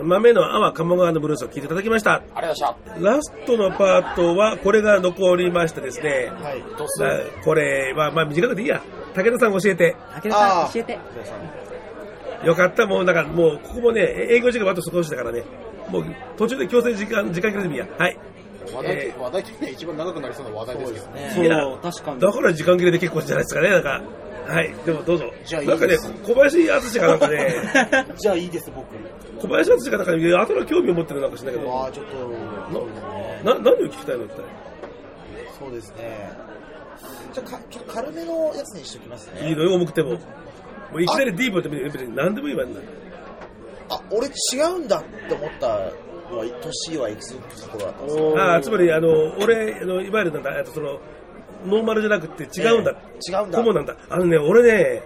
Speaker 3: 豆の泡鴨川のブルースを聞いていただきました。
Speaker 5: ありがとうござい
Speaker 3: ラストのパートは、これが残りましてですね。
Speaker 5: ました。はい。どうす
Speaker 3: ま
Speaker 5: る
Speaker 3: あこれは、まあ短くていいや。武田さん教えて。
Speaker 2: 武田さん、教えて。
Speaker 3: よかった、もう、だからもう、ここもね、営業時間はあと少しだからね。もう、途中で強制時間、時間切れてもいいや。はい。
Speaker 5: 話題的話題的には一番長くなりそうな話題ですけどね。
Speaker 3: いや
Speaker 6: そう、確かに。
Speaker 3: だから時間切れで結構じゃないですかね、なんか。はい、でもどうぞ。
Speaker 5: じゃあいい
Speaker 3: なんかね
Speaker 5: です、
Speaker 3: 小林敦がなんかね、
Speaker 5: じゃあいいです、僕。
Speaker 3: 小林敦がなんか、ね、後の興味を持ってるなんかしないけど、
Speaker 5: あ、ちょっと、
Speaker 3: な、何を聞きたいのって言っ
Speaker 4: そうですね。じゃあか、ちょっと軽めのやつにしておきます
Speaker 3: たらいい
Speaker 4: ね。
Speaker 3: のよ、重くても。もういきなりディープって別に何でもいいわけなんだ。
Speaker 4: あ、俺違うんだって思ったのは、年はいつの頃だったんですか
Speaker 3: ああ、つまり、あの、俺、あのいわゆるなんだ、えっとその、ノーマルじゃなくて違うんだ。
Speaker 4: ええ違うんだ
Speaker 3: コモなんだ。あのね、俺ね、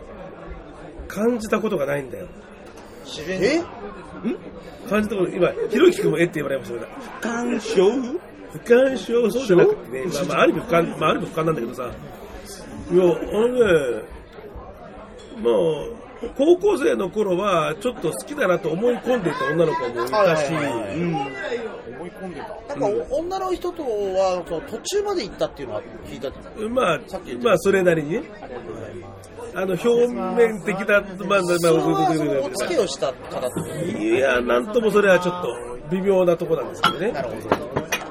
Speaker 3: 感じたことがないんだよ。
Speaker 5: 自然
Speaker 4: え
Speaker 3: 感じたこと、今、ひろゆき君もえって言われましたけど、
Speaker 6: 干渉
Speaker 3: 不干渉そうじゃなくてね、まあ、まあ、ある意味不干、まあ、ある意味不干なんだけどさ、いや、あのね、まあ、高校生の頃は、ちょっと好きだなと思い込んでいた女の子もいたし、
Speaker 4: はいはいはいはい
Speaker 5: 思い込んでた。
Speaker 4: なんか、お女の人とは、その途中まで行ったっていうのは聞いたってこと
Speaker 3: うんまあ、まあ、それなりにね、あの、表面的な、まあ、まあ、
Speaker 4: それはそのお
Speaker 3: ま
Speaker 4: 付き合いをした方ってこと
Speaker 3: あいや、なんともそれはちょっと微妙なとこなんですけどね。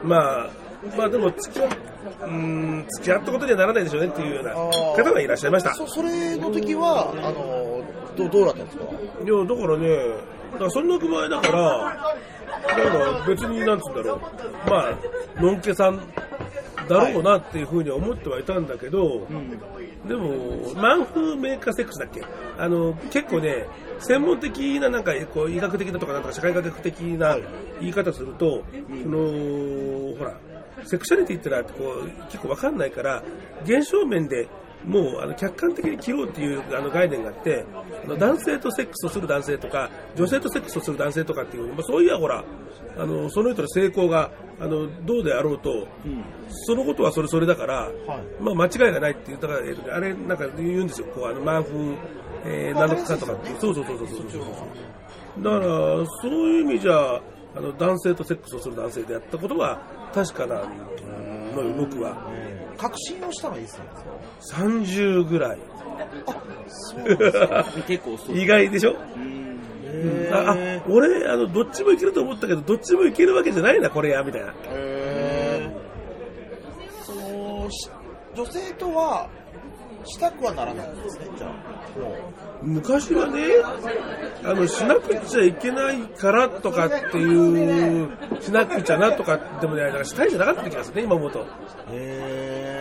Speaker 3: まあ、まあでも付き合っ、うーん、付き合ったことにはならないでしょうねっていうような方がいらっしゃいました。
Speaker 4: そそれの時は、あの、どどうだったんですか
Speaker 3: いや、だからね、だからそんな具合だから、だから別になんつうんだろう、まあ、のんけさんだろうなっていうふうには思ってはいたんだけど、でも、マンフーメーカーセックスだっけあの、結構ね、専門的な、なんか、こう、医学的なとか、なんか、社会科学的な言い方すると、その、ほら、セクシャリティってのは、こう、結構わかんないから、現象面で、もう、あの、客観的に切ろうっていう、あの、概念があって、あの男性とセックスをする男性とか、女性とセックスをする男性とかっていう、まあ、そういや、ほら、あの、その人の成功が、あの、どうであろうと、そのことはそれそれだから、まあ間違いがないっていう、だから、えっとねあれ、なんか言うんですよ、こう、あの、満風、えー、何とかとかっていう、そうそうそうそうそうだから、そういう意味じゃ、あの、男性とセックスをする男性でやったことは、確かなのよ、僕は。
Speaker 4: 確信をしたのはいいですね。
Speaker 3: 30ぐらい。
Speaker 6: 結構そう。
Speaker 3: 意外でしょ
Speaker 6: うん
Speaker 3: あ、あ俺、あの、どっちもいけると思ったけど、どっちもいけるわけじゃないな、これや、みたいな。
Speaker 4: その、し女性とは、したくはならないんですね、じゃあ。も
Speaker 3: 昔はね、あの、しなくちゃいけないからとかっていう、しなくちゃなとか、でもね、なんかしたいじゃなかった気がするね、今思うと。
Speaker 4: う。へ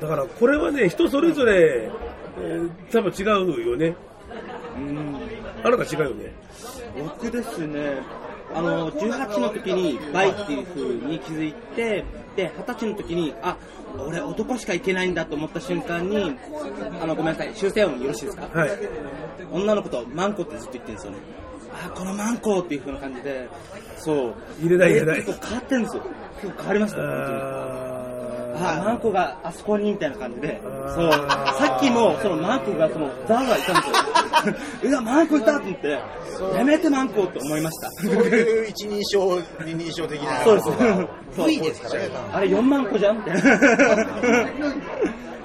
Speaker 3: だから、これはね、人それぞれ、えー多分違うよね。あなた違うよね。
Speaker 6: 僕ですね、あの、18の時にバイっていう風に気づいて、で、20歳の時に、あ、俺男しかいけないんだと思った瞬間に、あの、ごめんなさい、修正音よろしいですか
Speaker 3: はい。
Speaker 6: 女の子とマンコってずっと言ってるんですよね。あ、このマンコっていう風な感じで、そう。
Speaker 3: 入れない入れない
Speaker 6: 結構変わってるんですよ。結構変わりました、本当に。あ、マン
Speaker 3: あ
Speaker 6: コがあそこにみたいな感じで、そう
Speaker 3: ー、
Speaker 6: さっきも、そのマンコが、その、ザワザワいたんですよ。うわ、 マンコいたと思って、やめてマンコって思いました。
Speaker 5: そういう一人称、二人称的な。
Speaker 6: そうです。
Speaker 4: ー。V ですからね、
Speaker 6: あれ4万個じゃんみたいな。っ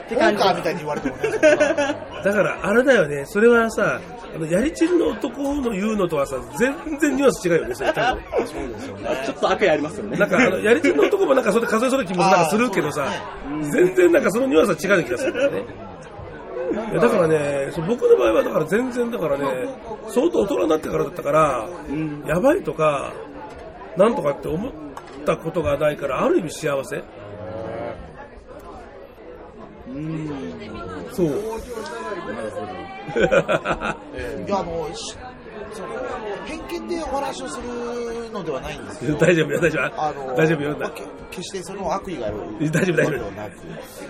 Speaker 6: て
Speaker 5: ポー
Speaker 6: 感
Speaker 5: カーみ
Speaker 6: じ。
Speaker 5: たいに言われてもね。
Speaker 3: ーだから、あれだよね、それはさ、あの、やりちんの男の言うのとはさ、全然ニュアンス違うよね、それ多分。
Speaker 6: あちょっと悪意ありますよね。
Speaker 3: なんか、あの、やり手の男もなんか、それ数えそうな気もなんかするけどさ、全然なんかそのニュアンスは違う気がするからね。いやだからね、そう僕の場合はだから全然だからね、相当大人になってからだったから、やばいとか、なんとかって思ったことがないから、ある意味幸せ。そう。
Speaker 4: いや、あの、しその、偏見でお話をするのではないんですけど、
Speaker 3: 大丈夫よ、大丈
Speaker 4: あ
Speaker 3: 夫。
Speaker 4: の、
Speaker 3: 大丈夫よ、
Speaker 4: まあ
Speaker 3: だ
Speaker 4: け決してその悪意がある。
Speaker 3: 大丈夫大丈夫
Speaker 4: ではなく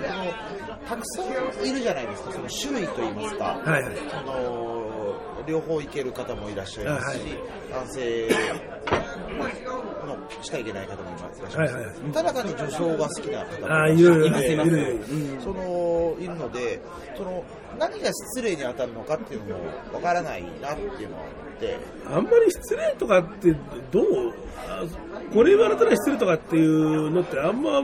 Speaker 4: あのたくさんいるじゃないですか、その種類といいますか。
Speaker 3: はいはい。
Speaker 4: あの両方いける方もいらっしゃいますし、男性のしかいけない方もいらっしゃいます、
Speaker 3: はいはいはい
Speaker 4: ただ単に女装が好きな方
Speaker 3: あ
Speaker 4: も
Speaker 3: あ、い
Speaker 4: いらっしゃ
Speaker 3: る
Speaker 4: い
Speaker 3: い
Speaker 4: ま
Speaker 3: る
Speaker 4: す
Speaker 3: いるいる。うん
Speaker 4: そのいるのでその何が失礼に当たるのかっていうのもわからないなっていうのは思って
Speaker 3: あんまり失礼とかってどうあこれ言われたら失礼とかっていうのってあんま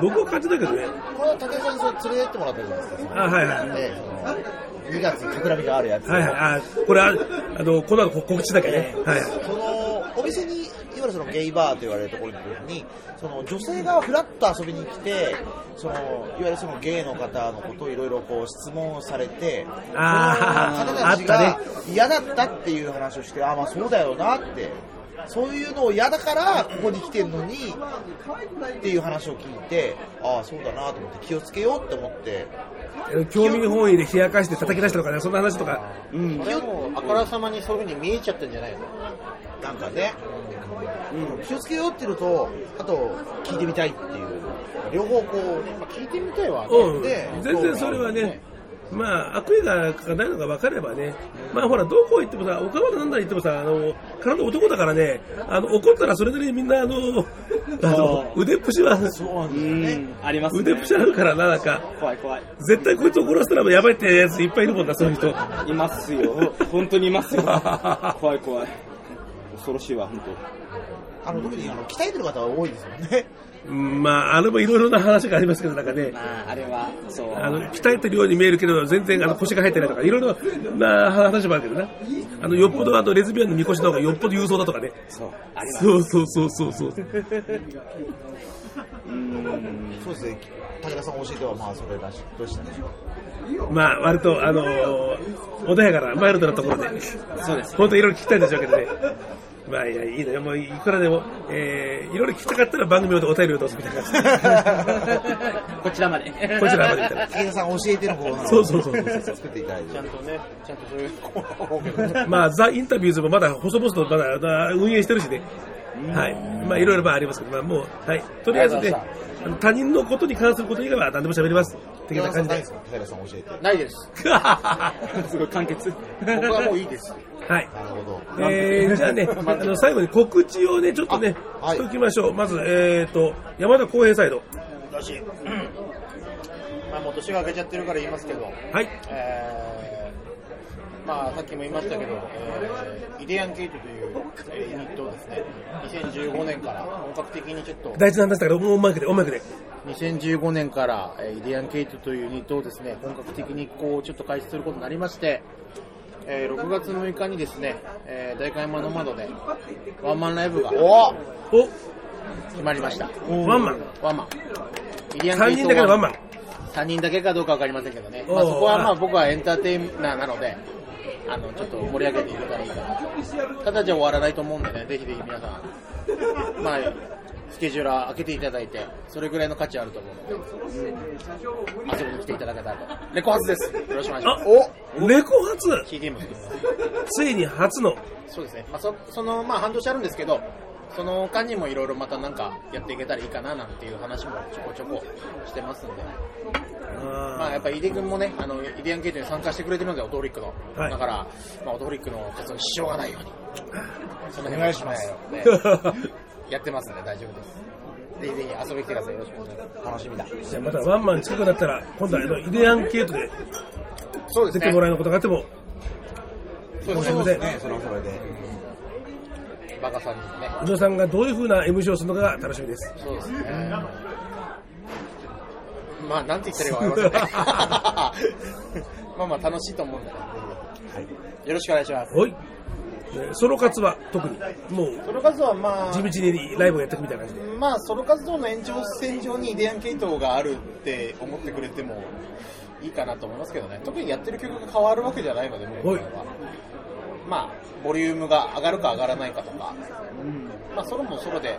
Speaker 3: 僕は感じないけどね。
Speaker 4: これは武井さんにそれ連れてってもらったじゃないですかその
Speaker 3: あはいはい
Speaker 4: でその2月に企みがあるやつ、
Speaker 3: はいはい。あこれああの、この後告知だけね。はい。
Speaker 4: そのお店にいわゆるそのゲイバーと言われるところに行く時にその女性がフラッと遊びに来てそのいわゆるそのゲイの方のことをいろいろこう質問をされて
Speaker 3: あ
Speaker 4: その
Speaker 3: あ、あっ
Speaker 4: 方たち
Speaker 3: たね。
Speaker 4: が嫌だったっていう話をしてあまあそうだよなってそういうのを嫌だからここに来てるのにっていう話を聞いてああそうだなと思って気をつけようって思って
Speaker 3: 興味本位で冷やかして叩き出したとかね、そんな話とか。
Speaker 5: それはもうあからさまにそういう風に見えちゃったんじゃないの
Speaker 4: なんかね、気をつけようっていうのとあと聞いてみたいっていう両方こう
Speaker 5: まあ聞いてみたいわ。
Speaker 3: うん。
Speaker 4: で
Speaker 3: 全然それはね。まあ、悪意がないのが分かればね、まあほら、どこ行ってもさ、岡場なんだり行ってもさ、あの、体男だからね、あの、怒ったらそれなりにみんな、あの、あの腕っぷしは、
Speaker 6: うん、あります
Speaker 3: 腕
Speaker 6: ね
Speaker 3: っ。ぷしあるからな、なんか。
Speaker 6: 怖い怖い。
Speaker 3: 絶対こいつ怒らせたらやばいってやついっぱいいるもんな、そういう人。
Speaker 6: いますよ。本当にいますよ。怖い怖い。恐ろしいわ、本
Speaker 4: あの特にあの鍛えてる方は多いですよね
Speaker 3: うんまあ、あれもいろいろな話がありますけど、なんかね
Speaker 6: 当。、まあ、あれは、そう。
Speaker 3: あの、鍛えてるように見えるけど、全然あの腰が入ってないとか、いろいろな話もあるけどな。あの、よっぽどあの、レズビアンのみこしの方がよっぽど優勝だとかね。
Speaker 6: そう。あります。
Speaker 3: そうそうそうそうそう。
Speaker 4: そうですね武田さん教えてはまあそれらしどうしたね
Speaker 3: まあ、割と、あの穏やかな、マイルドなところで。
Speaker 6: そうです。
Speaker 3: 本当いろいろ聞きたいんでしょうけどね。まあいや、いいのよ。もういくらでも、えー、いろいろ聞きたかったら番組をお便りをどうぞみたいな感じで
Speaker 6: こちらまで。
Speaker 3: こちらまでみたいな。
Speaker 4: 武田さん教えての方な の
Speaker 3: そうそうそうそう
Speaker 4: 作っていただい
Speaker 5: ち
Speaker 4: て
Speaker 5: ゃんとね、ちゃんとそういうコーナーを設けて
Speaker 3: まあ、ザ・インタビューズもまだ細々とまだまだ運営してるしね。はい。まあ、いろいろまあありますけど、まあもう、はい。とりあえずね、あの他人のことに関すること以外は何でも喋ります。的
Speaker 4: 武
Speaker 3: な
Speaker 4: 田さ
Speaker 3: 感
Speaker 4: ん
Speaker 3: じ
Speaker 4: ない
Speaker 3: で
Speaker 4: です。か武田さん教えて
Speaker 5: ないです。
Speaker 6: すごい 簡潔。
Speaker 5: 僕はもういいです。
Speaker 3: はい。
Speaker 4: なるほど
Speaker 3: えー、じゃあね、あの最後に告知をね、ちょっとね、
Speaker 4: あはい
Speaker 3: しときましょう。まず、えーと、山田公平サイド。
Speaker 5: 私、まあもう年が明けちゃってるから言いますけど、
Speaker 3: はい。
Speaker 5: えーまあ、さっきも言いましたけど、えーイデアンケイトというえーユニットをですね、2015年から本格的にちょっと、
Speaker 3: 大事な話だから、もううまくで、うまくで。
Speaker 5: 2015年から、えーイデアンケイトというユニットをですね、本格的にこう、ちょっと開始することになりまして、えー6月6日にですね、えー大会山の窓で、ワンマンライブが
Speaker 3: お、
Speaker 5: 決まりました。
Speaker 3: ワンマン。
Speaker 5: ワンマン。イデ
Speaker 3: 3人だけのワンマン。
Speaker 5: 3人だけかどうかわかりませんけどね、
Speaker 3: おー
Speaker 5: まあ、そこはま
Speaker 3: は
Speaker 5: あ
Speaker 3: い
Speaker 5: 僕はエンターテイナーなので、あのちょっと盛り上げていけたらいいかなと、ただじゃ終わらないと思うんでね、ぜひぜひ皆さん、まあ、スケジューラー開けていただいて、それぐらいの価値あると思うので、遊びに来ていただけたらと、レコ発です、よろしくお願いしま
Speaker 3: あ
Speaker 5: す。、
Speaker 3: お、レコ発、
Speaker 5: CD も作ります
Speaker 3: ついに初の。
Speaker 5: そうですね、まあ、そその、まあ、半年あるんですけど、その間にもいろいろまたなんかやっていけたらいいかななんていう話もちょこちょこしてますんで。
Speaker 3: あ
Speaker 5: まあやっぱ井出君もね、あの、イデアンケートに参加してくれてるので、オトリックの。
Speaker 3: はい
Speaker 5: だから、まあ、オトリックの活動に支障がないように。その辺お願いします。ね
Speaker 3: ー
Speaker 5: やってますんで大丈夫です。ぜひぜひ遊びに来てください。よろしくお願いします。楽しみだ。
Speaker 3: じゃあまたワンマン近くなったら、今度はあの、イデアンケートで
Speaker 5: そうです
Speaker 3: 出
Speaker 5: ね。
Speaker 3: てもらえることがあっても、
Speaker 5: そうです
Speaker 3: う
Speaker 5: ね。
Speaker 3: です
Speaker 4: ねそれはそれで
Speaker 5: バカさんにもね。
Speaker 3: 宇野さんがどういう風な MC をするのかが楽しみです。
Speaker 5: そうですね。まあ、なんて言ったらいいかわかりま せんね。まあまあ、楽しいと思うんでね。よろしくお願いします。
Speaker 3: おい。えーソロ活は特に、もう、
Speaker 5: その活動はまあ、
Speaker 3: 地道にライブをやっていくみたいな感じで。
Speaker 5: まあソロ活動の延長線上にイデアン系統があるって思ってくれてもいいかなと思いますけどね。特にやってる曲が変わるわけじゃないので、もう今は。まあ、ボリュームが上がるか上がらないかとか、まあ、ソロもソロで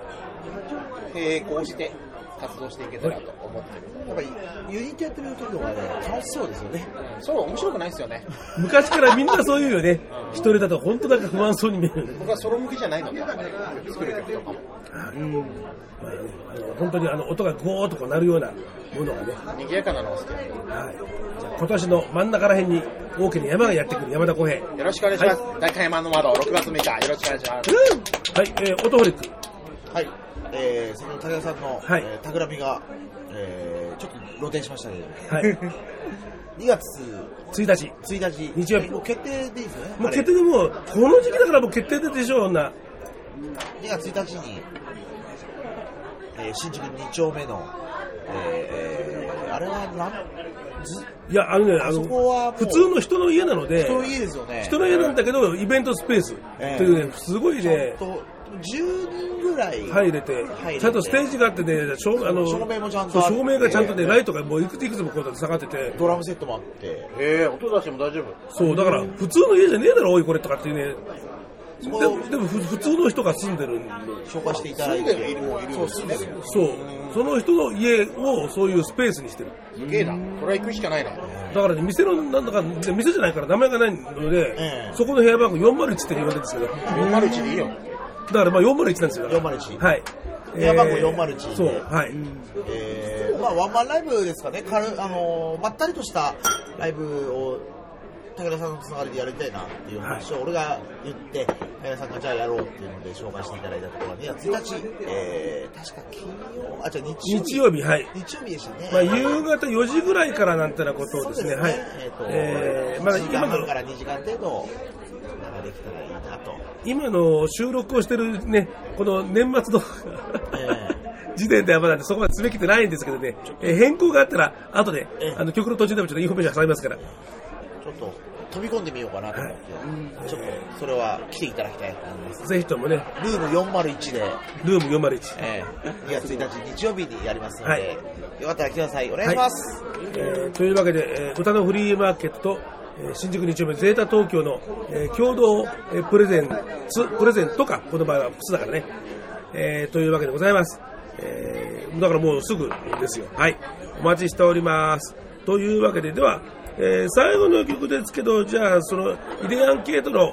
Speaker 5: 並行して活動していけたらと思ってる。
Speaker 4: やっぱりユニットやってる時の方がね楽しそうですよね
Speaker 5: うんソロ面白くないですよね。
Speaker 3: 昔からみんなそう言うよね。一人だと本当なんか不安そうに見えるよね。
Speaker 5: 僕はソロ向きじゃないので、あんまり作る曲とかも。
Speaker 3: まあねあの本当にあの音がゴーッとこう鳴るようなものがね。
Speaker 5: 賑やかなのが好きなんで。よ
Speaker 3: はい。じゃあ今年の真ん中ら辺に大きな山がやってくる山田公平。
Speaker 5: ろしくお願いします。大観山の窓、6月6日、よろしくお願いします。
Speaker 3: はい、えー、オトホリック。
Speaker 4: はいえー、先ほど武田さんの、
Speaker 3: はい
Speaker 4: えー、企みが、えー、ちょっと露呈しましたけど
Speaker 3: はい。
Speaker 4: 2月
Speaker 3: 1日。
Speaker 4: 1日
Speaker 3: 日曜日
Speaker 4: もう決定でいいですよね
Speaker 3: もう決定でもう、この時期だからもう決定でしょ、女。
Speaker 4: 2月1日に、えー、新宿2丁目の、えー、あれはなんず
Speaker 3: いや、あのね、あ
Speaker 4: あそ
Speaker 3: の、
Speaker 4: こはもう
Speaker 3: 普通の人の家なので、
Speaker 4: 人いいですよね
Speaker 3: 人の家なんだけど、イベントスペース。
Speaker 4: ええ
Speaker 3: というね、すごいね、
Speaker 4: と10人ぐらい
Speaker 3: 入れて
Speaker 4: 入れ、て
Speaker 3: ちゃんとステージがあってね、照あの
Speaker 4: 照明もちゃんと
Speaker 3: そう
Speaker 4: あって
Speaker 3: 照明がちゃんとね、ライトがもういくついくつもこうやって下がってて、
Speaker 4: ドラムセットもあって
Speaker 5: えー、音出しても大丈夫
Speaker 3: そう、だから、普通の家じゃねえだろ、おい、これとかっていうね。でも、でもふ普通の人が住んでるんで、
Speaker 4: 紹介していただいてそう住んでる
Speaker 3: そう、その人の家をそういうスペースにしてる。
Speaker 5: すげえな。これは行くしかないな。
Speaker 3: だからね、店の、なんだか、で店じゃないから名前がないので、
Speaker 4: ええ
Speaker 3: そこの部屋番号401って言われてるんですけど、だ
Speaker 5: 401でいいよ。
Speaker 3: からまあ401なんですよ。
Speaker 4: 401
Speaker 3: はい。
Speaker 4: 部屋番号
Speaker 3: えー
Speaker 4: 401
Speaker 3: そう、はい。
Speaker 4: えーまあ、ワンマンライブですかね、軽あのーまったりとしたライブを武田さんのつながりでやりたいなっていう話を俺が言って、武田さんがじゃあやろうっていうので紹介していただいたところに、1日、えー、確か金曜、あ、じゃあ日曜日。
Speaker 3: 日曜日、はい。
Speaker 4: 日曜日でしたね。
Speaker 3: まあ、夕方4時ぐらいからなんてなことをですね、はい。
Speaker 4: えっ、と、
Speaker 3: えーまあ、
Speaker 4: 1時間
Speaker 3: 今
Speaker 4: 半
Speaker 3: の
Speaker 4: か、ら2時間程度、なんかできたらいいなと。
Speaker 3: 今の収録をしてるね、この年末の
Speaker 4: え
Speaker 3: 時点ではまだそこまで詰め切ってないんですけどね、えー変更があったら、後で
Speaker 4: ええ、
Speaker 3: あの曲の途中でもちょっとインフォメーション挟みますから、
Speaker 4: ちょっと飛び込んでみようかなと思って、ちょっとそれは来ていただきたいと思います。
Speaker 3: ぜひともね、
Speaker 4: ルーム401で、
Speaker 3: ルーム401、
Speaker 4: ええ2月1日日曜日にやりますので、
Speaker 3: はい
Speaker 4: よかったら来てください。お願いします。
Speaker 3: えーというわけで、えー歌のフリーマーケット、えー新宿2丁目ゼータ東京の、えー共同、えープレゼンツ、プレゼントか、この場合は靴だからね、えーというわけでございます。えーだからもうすぐですよ。はい。お待ちしております。というわけで、では、えー最後の曲ですけど、じゃあ、その、イデアンケートの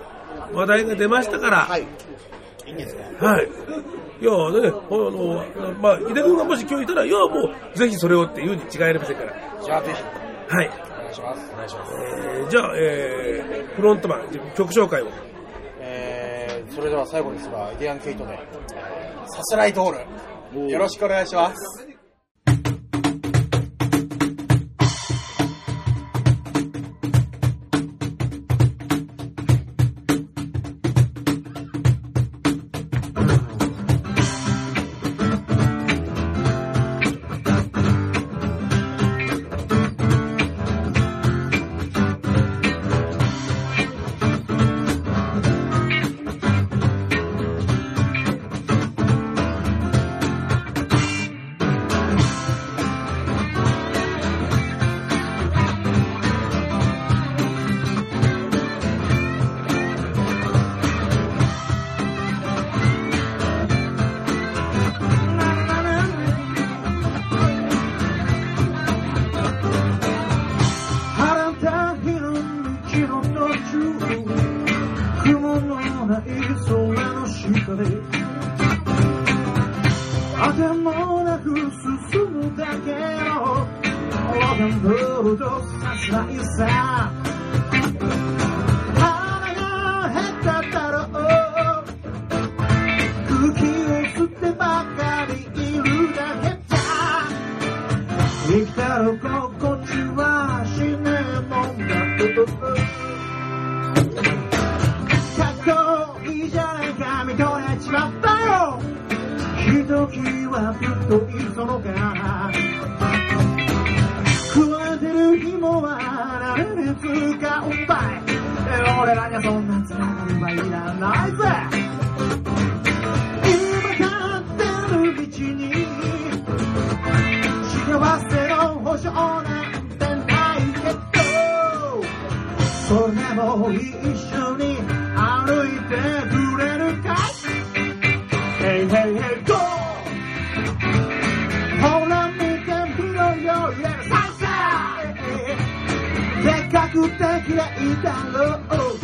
Speaker 3: 話題が出ましたから、
Speaker 4: はい。
Speaker 3: はい。いやね、あの、まあ、井出君がもし今日いたら、いや、もう、ぜひそれをっていうに違いありませんから。
Speaker 5: じゃあ、ぜひ。
Speaker 3: はい。
Speaker 5: お願いします。お願いします。
Speaker 3: えーじゃあ、えーフロントマン、曲紹介を。
Speaker 5: えー、それでは最後ですが、イデアン・ケイトで、えーさすらいドール。よろしくお願いします。
Speaker 9: 晴れた昼のの中雲のない空の下であてもなく進むだけのロダンブルとさすらいさ花が減っただろう空気を吸ってばかりいるだけじゃ生きたら心地はしねえもんだけどかっこいいじゃねえか見とれちまったよひときはずっといるそのか食われてる紐は誰に使うんだい俺らにはそんなつながりはいらないぜ今立ってる道に幸せの保証なんてないぜそれも一緒に歩いてくれるか Hey, hey, hey, go! ほら見てみろよ、レッサンサーでかくて綺麗だろう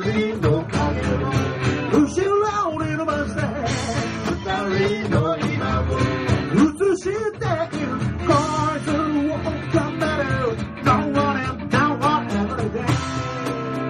Speaker 9: 二人の影も後ろに伸ばして二人の今も映している Cars are all that matter Don't want it, don't want everything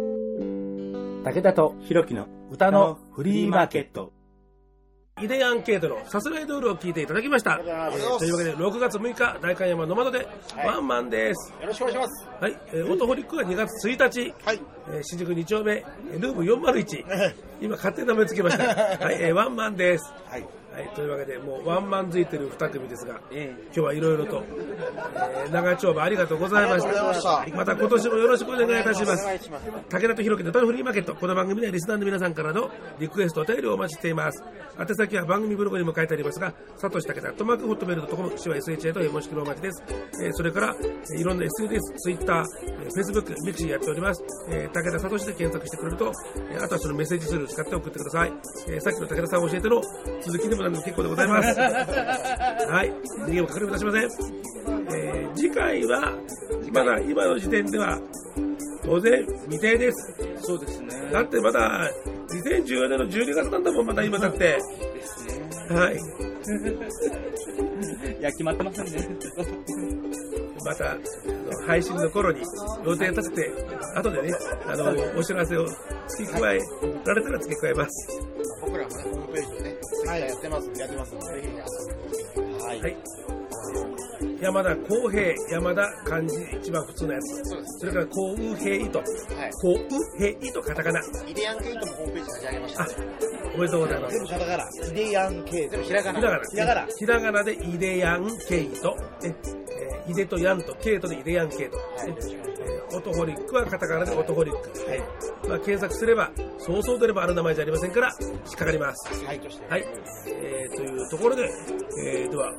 Speaker 1: 「武田と
Speaker 10: ひろきの
Speaker 1: 歌のフリーマーケット
Speaker 3: イデアンケートのさすらいドールを聞いていただきました。というわけで、6月6日、代官山の窓で、ワンマンです。
Speaker 5: よろしくお願いします。
Speaker 3: はい、えー、オトホリックが2月1日、
Speaker 5: はい
Speaker 3: えー新宿2丁目、えールーム401、今勝手に名前つけま した。はい、えーワンマンです。はい、というわけで、もうワンマンついてる2組ですが、今日はいろいろと、えー長丁場ありがとうございました。
Speaker 4: ありがとうございました
Speaker 3: た今年もよろしくお願いいたします。
Speaker 5: お願いします
Speaker 3: 武田とひろきの歌のフリーマーケット。この番組ではリスナーの皆さんからのリクエスト、お便りをお待ちしています。宛先は番組ブログにも書いてありますが、さとし武田、トマークホットメールドットコム、手話 SHA とよろしくお待ちです。えーそれから、えーいろんな SNS、Twitter、えー Facebook、ミクシーやっております。えー武田さとしで検索してくれると、えーあとはそのメッセージツールを使って送ってください。えーさっきの武田さんを教えての続きでも何でも結構でござい ます。はい。逃げも隠れも出しません。えー次回は、まだ今の時点では、当然未定です。
Speaker 6: そうですね。
Speaker 3: だってまだ2014年の12月なんだもん、また今だって。はい。
Speaker 6: いや、決まってませんね。
Speaker 3: また、あの配信の頃に予定立てて、後でね、あの、お知らせを付け加えられたら付け加えます。
Speaker 5: 僕らもね、ホームページをね、ツイッターやってますんで、やってますんで、ぜひね、遊びに来てください。
Speaker 3: はい。山田公平、山田漢字一番普通のやつ。
Speaker 5: そうです
Speaker 3: それから、公平と、
Speaker 5: はい
Speaker 3: 公平とカタカナ。
Speaker 5: イデアンケートもホームページ立ち上げました
Speaker 3: あ
Speaker 5: んで、、
Speaker 3: おめでとうございます
Speaker 4: 全。部カタカナイデアン系
Speaker 5: 全部ひらが
Speaker 3: ひら
Speaker 5: な。
Speaker 3: がな。
Speaker 4: ひらがな
Speaker 3: ひらがなで、いでやん、けいと。ねえー、いでとやんと、けいとでいでやんけいと。ねえーオトホリックはカタカナでオトホリック。はい。まあ、検索すれば、そうそう出ればある名前じゃありませんから、引っかかります。
Speaker 5: はい、として。
Speaker 3: はい。えー、というところで、えー、では、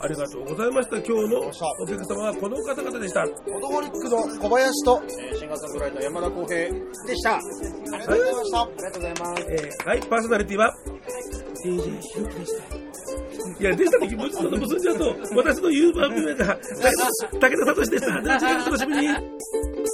Speaker 3: ありがとうございました。今日のお客様はこの方々でした。
Speaker 4: オトホリックの小林と
Speaker 5: えーシンガーソングライター山田康平でした。ありがとうございました。ありがとうございます。
Speaker 3: えー、はい、パーソナリティは、DJ ひろきでした。いや、でした時、もうちょっと結んじゃうと、私の言う番組が、武田聡でした。では次回お楽しみに。